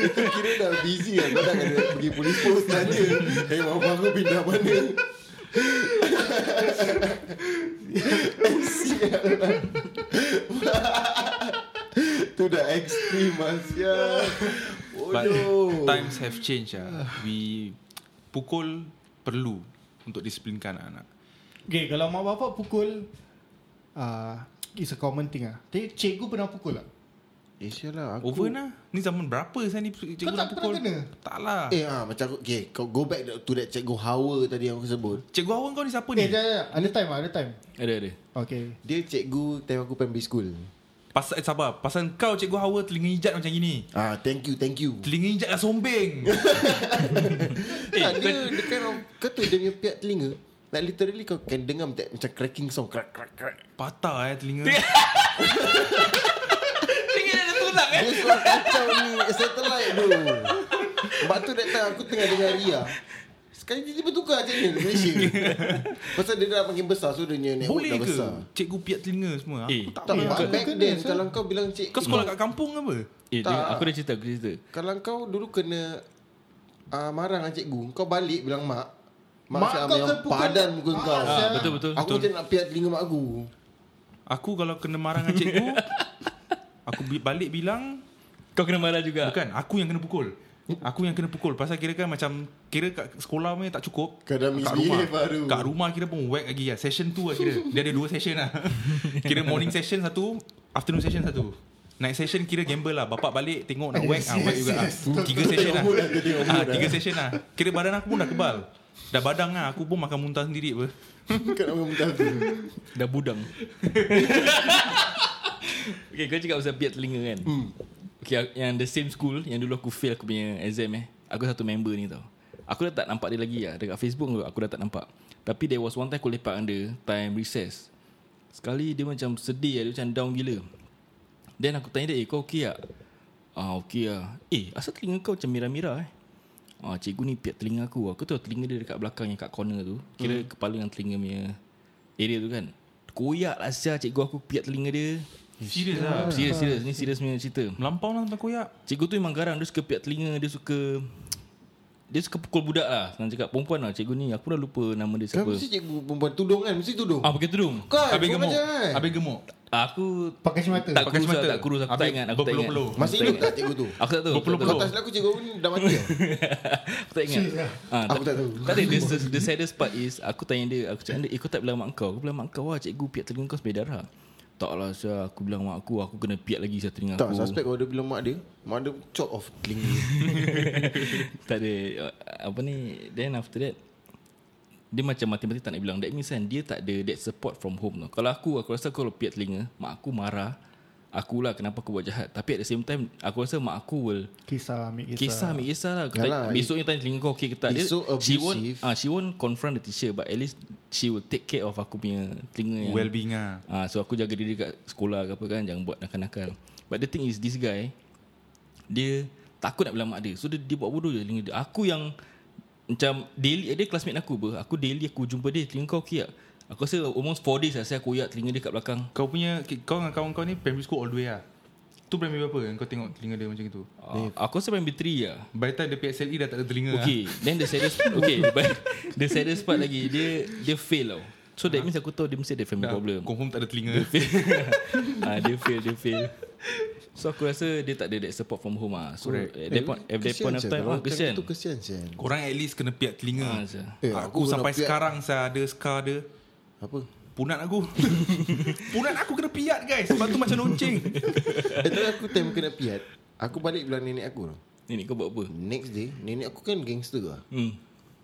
Itu kira dah busy lah Kau tak kena pergi polis post Tanya Eh hey, mama aku pindah mana Sial lah. Tu dah ekstrim Asya But Bodoh times have changed lah We Pukul Perlu Untuk disiplinkan anak Okay kalau mak bapak pukul uh, It's a common thing lah Tapi cikgu pernah pukul lah Eh sial lah aku Over lah Ni zaman berapa saya ni Kau Cikgu nak tak pernah pukul kena? Tak lah Eh ah macam aku Okay kau go back to that cikgu Hawa tadi yang aku sebut Cikgu Awan kau ni siapa ni? Eh jangan jangan Ada time lah ada time Ada ada Okay Dia cikgu time aku primary school Pasal eh, sabar Pasal kau cikgu Hawa Telinga hijat macam gini Ah thank you thank you Telinga hijat dah sombeng Eh, tak, dia, dia kind of, kau tu dia punya piat telinga Like literally kau can dengar macam, macam cracking sound Crack crack crack Patah eh telinga Dengar ada tu tunang eh. Dia suara kacau ni eh, Satellite tu Sebab tu that time aku tengah dengar Ria Sekali tiba-tiba tukar channel Malaysia Pasal dia dah makin besar So dia punya network Boleh dah ke besar Cikgu piat telinga semua Eh, Aku tak Tak, boleh yeah. back Kena, then sir. Kalau kau bilang cik Kau sekolah kat kampung apa eh tak. dengar, aku dah cerita, aku dah cerita. Kalau kau dulu kena uh, Marah dengan cikgu Kau balik bilang mak Mak, Mak mak kau kau yang kena pukul- padan muka Ah, kau Ah, betul betul. Aku betul. macam nak piat telinga mak aku Aku kalau kena marah dengan cikgu Aku bi- balik bilang Kau kena marah juga. Bukan Aku yang kena pukul Aku yang kena pukul Pasal kira kan macam Kira kat sekolah punya tak cukup Kadang Kat misbehave rumah baru. Kat rumah kira pun whack lagi lah Session tu lah kira Dia ada dua session lah Kira morning session satu Afternoon session satu Night session kira gamble lah Bapak balik tengok nak whack ah, Whack juga lah Tiga session lah ah, Tiga session lah Kira badan aku pun dah kebal Dah badang lah Aku pun makan muntah sendiri apa Kadang makan mentah tu Dah budang. okay, kau cakap pasal piat telinga kan? Hmm. Okay, aku- yang the same school, yang dulu aku fail aku punya exam eh. Aku satu member ni tau. Aku dah tak nampak dia lagi lah. Dekat Facebook aku dah tak nampak. Tapi there was one time aku lepak dengan dia, time recess. Sekali dia macam sedih lah, dia macam down gila. Then aku tanya dia, eh kau okay tak? Ah, okay lah. Eh, asal telinga kau macam merah-merah eh? Ah, cikgu ni piat telinga aku. Aku tahu telinga dia dekat belakang yang kat corner tu. Kira hmm. kepala dengan telinga punya area tu kan. Koyak lah Asya cikgu aku piat telinga dia. Serius lah Serius, serius. Ni serius punya cerita. Melampau lah sampai koyak Cikgu tu memang garang. Dia suka piat telinga. Dia suka... Dia suka pukul budak lah. Senang cakap perempuan lah cikgu ni. Aku dah lupa nama dia Kan siapa. mesti cikgu perempuan tudung kan Mesti tudung Ah, pakai tudung. Kau Habis kau gemuk macam kan? Habis gemuk Aku Pakai semata tak Pakai kurus lah, semata. tak kurus. Aku tak Habis ingat. Aku tak ingat. berpeluh-peluh. Masih Aku tak hidup ingat. tak cikgu tu Aku tak tahu. aku tak Berpeluh-peluh. Kau tahu. tak silap aku cikgu ni dah mati tau Aku tak ingat ha, ya. Aku tak tahu. Tak ada the, the, the saddest part is Aku tanya dia Aku cakap dia Eh kau tak bilang mak kau Aku bilang mak kau Wah cikgu piat telinga kau sebagai darah Tak lah Syah Aku bilang mak aku Aku kena piat lagi Syah telinga Tak, aku suspect kalau dia bilang mak dia Mak dia chop off telinga dia. tak ada uh, Apa ni Then after that Dia macam mati-mati tak nak bilang That means kan Dia tak ada that support from home tau. Kalau aku Aku rasa kalau piat telinga Mak aku marah Akulah kenapa aku buat jahat Tapi at the same time Aku rasa mak aku will Kisah ambil Kisah kisah ambil kisah lah Yalah, Yalah, Besoknya tanya telinga kau okay ke tak it's so She won't, abusive. ah, she won't confront the teacher But at least She will take care of aku punya Telinga yang Well-being lah ah, So aku jaga diri kat sekolah ke apa kan Jangan buat nakal-nakal But the thing is This guy Dia Takut nak bilang mak dia So dia, dia buat bodoh je telinga dia Aku yang Macam Daily Dia classmate aku ber. Aku daily aku jumpa dia Telinga kau okay tak Aku rasa almost 4 days lah Saya koyak telinga dia kat belakang Kau punya Kau dengan kawan kau ni Primary school all the way lah Tu primary berapa Yang kau tengok telinga dia macam itu ah, Aku rasa main bateri lah By the time dia PSLE Dah tak ada telinga lah. Okay Then the saddest Okay but The saddest part lagi Dia dia fail tau So that means aku tahu Dia mesti ada family Dah, problem Ah. Confirm tak ada telinga ah, Dia fail Dia fail So aku rasa Dia tak ada that support from home ah. So Correct. at Eh, that point At that point of time ah, Kesian Itu kesian sian. Korang at least kena piat telinga Ah, Syah. Eh, aku Aku kena sampai piat. sekarang Saya ada scar dia Apa? Punat aku Punat aku kena piat guys Sebab tu macam lonceng Eh, tapi aku time kena piat. Aku balik bilang nenek aku. tau. Nenek kau buat apa Next day, nenek aku kan gangster lah. Hmm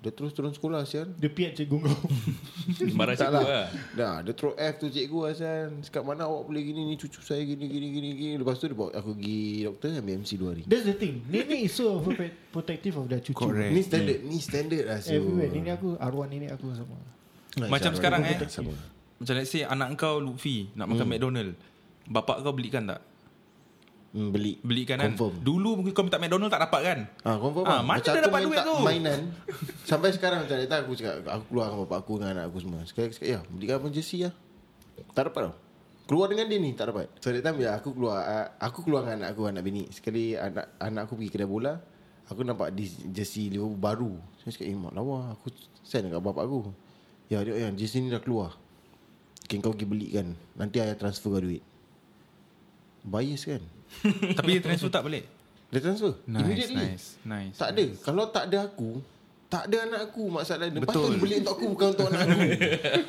Dia terus turun sekolah sian. Dia piat cikgu kau Marah Tak cikgu lah lah. Dah, dia throw F tu cikgu lah sian. Sekat mana awak boleh gini ni cucu saya gini gini gini gini. Lepas tu dia bawa aku pergi doktor ambil MC 2 hari. That's the thing Nenek is so overpa- protective of their cucu Correct. Ni standard, ni standard lah sian. Everywhere Nenek aku Arwah nenek aku sama Macam sekarang, eh. Sama. Macam let's say Anak kau Lutfi Hmm. Nak makan McDonald Bapak kau belikan tak? Hmm, beli. Belikan kan? Confirm. Dulu mungkin kau minta McDonald tak dapat kan? Ah, confirm Ah, ah, mana Macam dia aku dapat minta duit tu? Mainan Sampai sekarang macam Datang aku cakap Aku keluar dengan bapak aku Dengan anak aku semua Sekali aku cakap Ya belikan abang jersey lah Tak dapat tau Keluar dengan dia ni Tak dapat So that time bila aku keluar ah, Aku keluar dengan anak aku Anak bini Sekali anak anak aku pergi kedai bola Aku nampak di jersey Liverpool baru Saya cakap Eh mak lawa Aku send dekat bapak aku Ya dia yang jersey ni dah keluar Okay kau pergi belikan Nanti ayah transfer kau duit Bias kan Tapi dia transfer tak balik? Dia transfer Nice, Immediately nice, nice. tak ada. Kalau tak ada aku, tak ada anak aku masalah dia. Lepas tu Betul. dia beli untuk aku bukan untuk anak aku.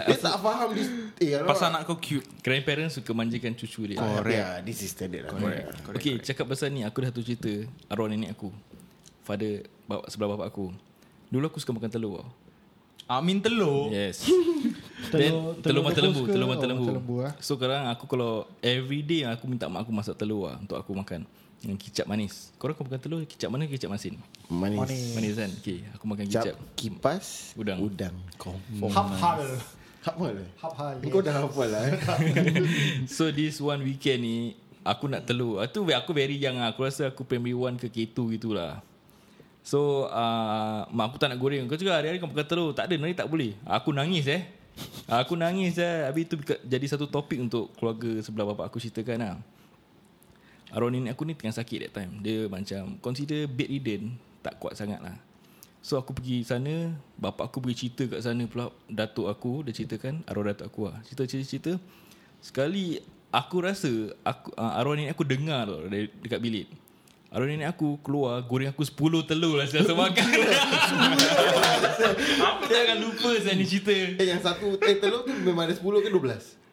dia tak faham this. Eh, kalau Pasal anak kau cute. Grandparents suka manjakan cucu dia Ah, Correct. Ya, this is standard lah. Correct. Correct, okay, cakap pasal ni Aku dah tu cerita Arwah nenek aku Father bapa, Sebelah bapak aku Dulu aku suka makan telur tau Amin Ah, telur. Yes Telur- Then, telur mata lembu rebus ke? Telur mata Oh, lembu, lembu ah. So sekarang aku kalau Every day aku minta mak aku masak telur lah Untuk aku makan Dengan kicap manis Korang kau makan telur Kicap mana ke kicap masin Manis. Manis. Manis kan Okay aku makan Kicap, kicap kipas, Udang. Udang. Oh, Confirm. Hap hal Hafal. Hap hal Kau dah hafal lah. eh. So this one weekend ni Aku nak telur Itu aku very young lah. Aku rasa aku primary 1 ke K2 gitulah lah. So uh, Mak aku tak nak goreng Kau cakap hari-hari kau makan telur Tak ada nanti tak boleh Aku nangis eh Aku nangis eh Habis tu beka- jadi satu topik Untuk keluarga sebelah bapak aku ceritakan lah Arwah nenek aku ni tengah sakit that time Dia macam Consider bedridden Tak kuat sangat lah So aku pergi sana Bapak aku pergi cerita kat sana pula Datuk aku Dia ceritakan Arwah datuk aku lah Cerita-cerita Sekali Aku rasa aku, uh, Arwah nenek aku dengar tau dari, Dekat bilik Arwah nenek aku keluar Goreng aku 10 telur lah Selasa makan Aku takkan lupa Saya ni cerita Eh yang satu Eh telur tu memang ada 10 ke 12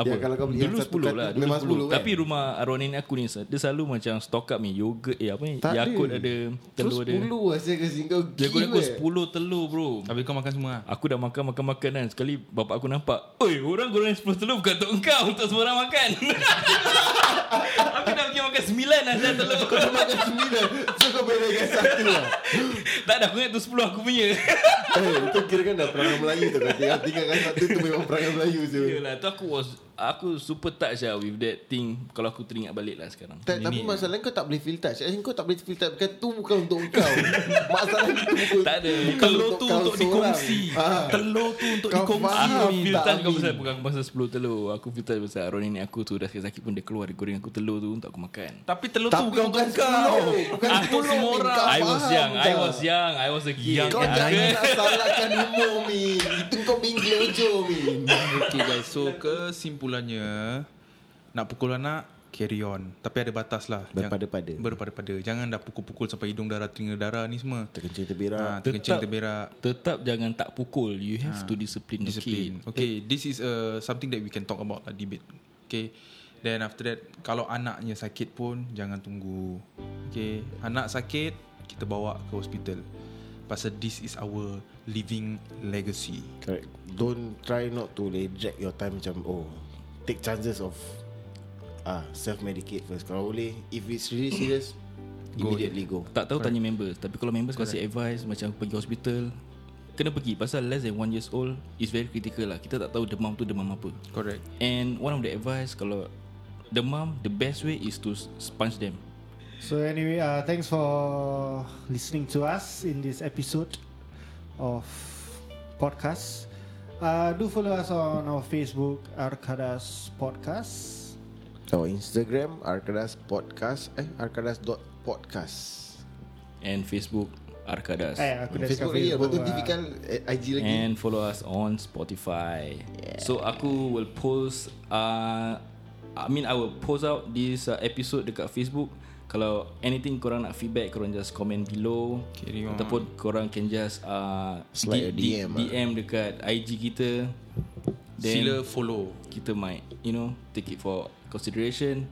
Ya, kalau kau beli yang Dulu satu 10 kata, lah memang Dulu 10 10 kan? Tapi rumah arwah nenek aku ni Dia selalu macam Stock up ni Yogurt eh, apa ni Tak ada. Yakult ada Telur Terus dia 10 lah saya kasi kau Dia gila. goreng aku 10 telur bro Habis kau makan semua lah. Aku dah makan makan makan kan Sekali bapak aku nampak Oi orang goreng 10 telur bukan untuk engkau Untuk semua orang makan Aku dah pergi makan 9 lah dah telur Kau dah makan 9 So kau boleh makan satu lah Tak ada aku ingat tu 10 aku punya Eh itu kira kan dah perangai Melayu tu Kau tinggal tinggalkan satu tu memang perangai Melayu je Yelah tu aku was Aku super touched lah with that thing Kalau aku teringat balik lah sekarang tak, tapi masalah kau tak boleh feel touch Eh kau tak boleh feel touch Bukan tu bukan untuk kau Masalah itu bukan Tak ada. Telur tu untuk dikongsi. ha. Telur tu untuk Kau dikongsi. faham Aku tak filter kau Amin? pasal Bukan pasal 10 telur Aku filter pasal Arwah nenek aku tu Dah sakit-sakit pun dia keluar Dia goreng aku telur tu Untuk aku makan Tapi telur tu Tapi bukan untuk kau. Ah, sepuluh. Bukan Aku sepuluh semua ni. orang Kau I was faham young I tak? was young I was a young Kau guy. jangan nak salahkan umur Min Itu kau bingkil ojo Min Okay guys, so kesimpulannya nak pukul anak carry on. Tapi ada batas lah. Jangan- Berpada-pada. Berpada-pada. Jangan dah pukul-pukul sampai hidung darah, telinga darah ni semua. Terkencing Ha, terberak terkencing Tetap- terberak. Tetap jangan tak pukul You have to Ah, discipline the kid Discipline. Okay, this is uh, something that we can talk about lah, debate. Okay. Then after that, kalau anaknya sakit pun jangan tunggu. Okay, anak sakit kita bawa ke hospital. Pasal this is our living legacy. Correct. Don't try not to like, drag your time macam oh take chances of ah self medicate first. Kalau boleh if it's really serious Go. immediately go. Tak tahu tanya members Tapi kalau members kasi advice Macam pergi hospital Kena pergi Pasal less than 1 years old Is very critical lah Kita tak tahu demam tu demam apa Correct. And one of the advice Kalau demam The best way is to sponge them So anyway, uh, thanks for listening to us in this episode of podcast. Uh, do follow us on our Facebook Arkadas Podcast. Our Instagram Arkadas Podcast eh Arkadas dot podcast. And Facebook Arkadas Eh, aku dah Facebook cakap lagi apa tu ah. typical eh, IG lagi. And follow us on Spotify. So aku will post uh, I mean I will post out this uh, episode dekat Facebook. Kalau anything korang nak feedback korang just comment below Carry on. ataupun korang can just uh, Slide a DM lah. DM dekat IG kita. Then Sila follow. kita might you know take it for consideration.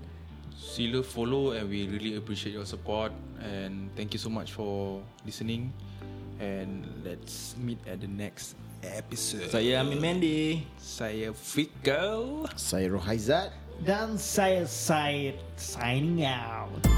Sila follow and we really appreciate your support and thank you so much for listening and let's meet at the next episode. Saya Amin Mendy. Saya Fikal. Saya Rohaizat. Dan saya Syed signing out.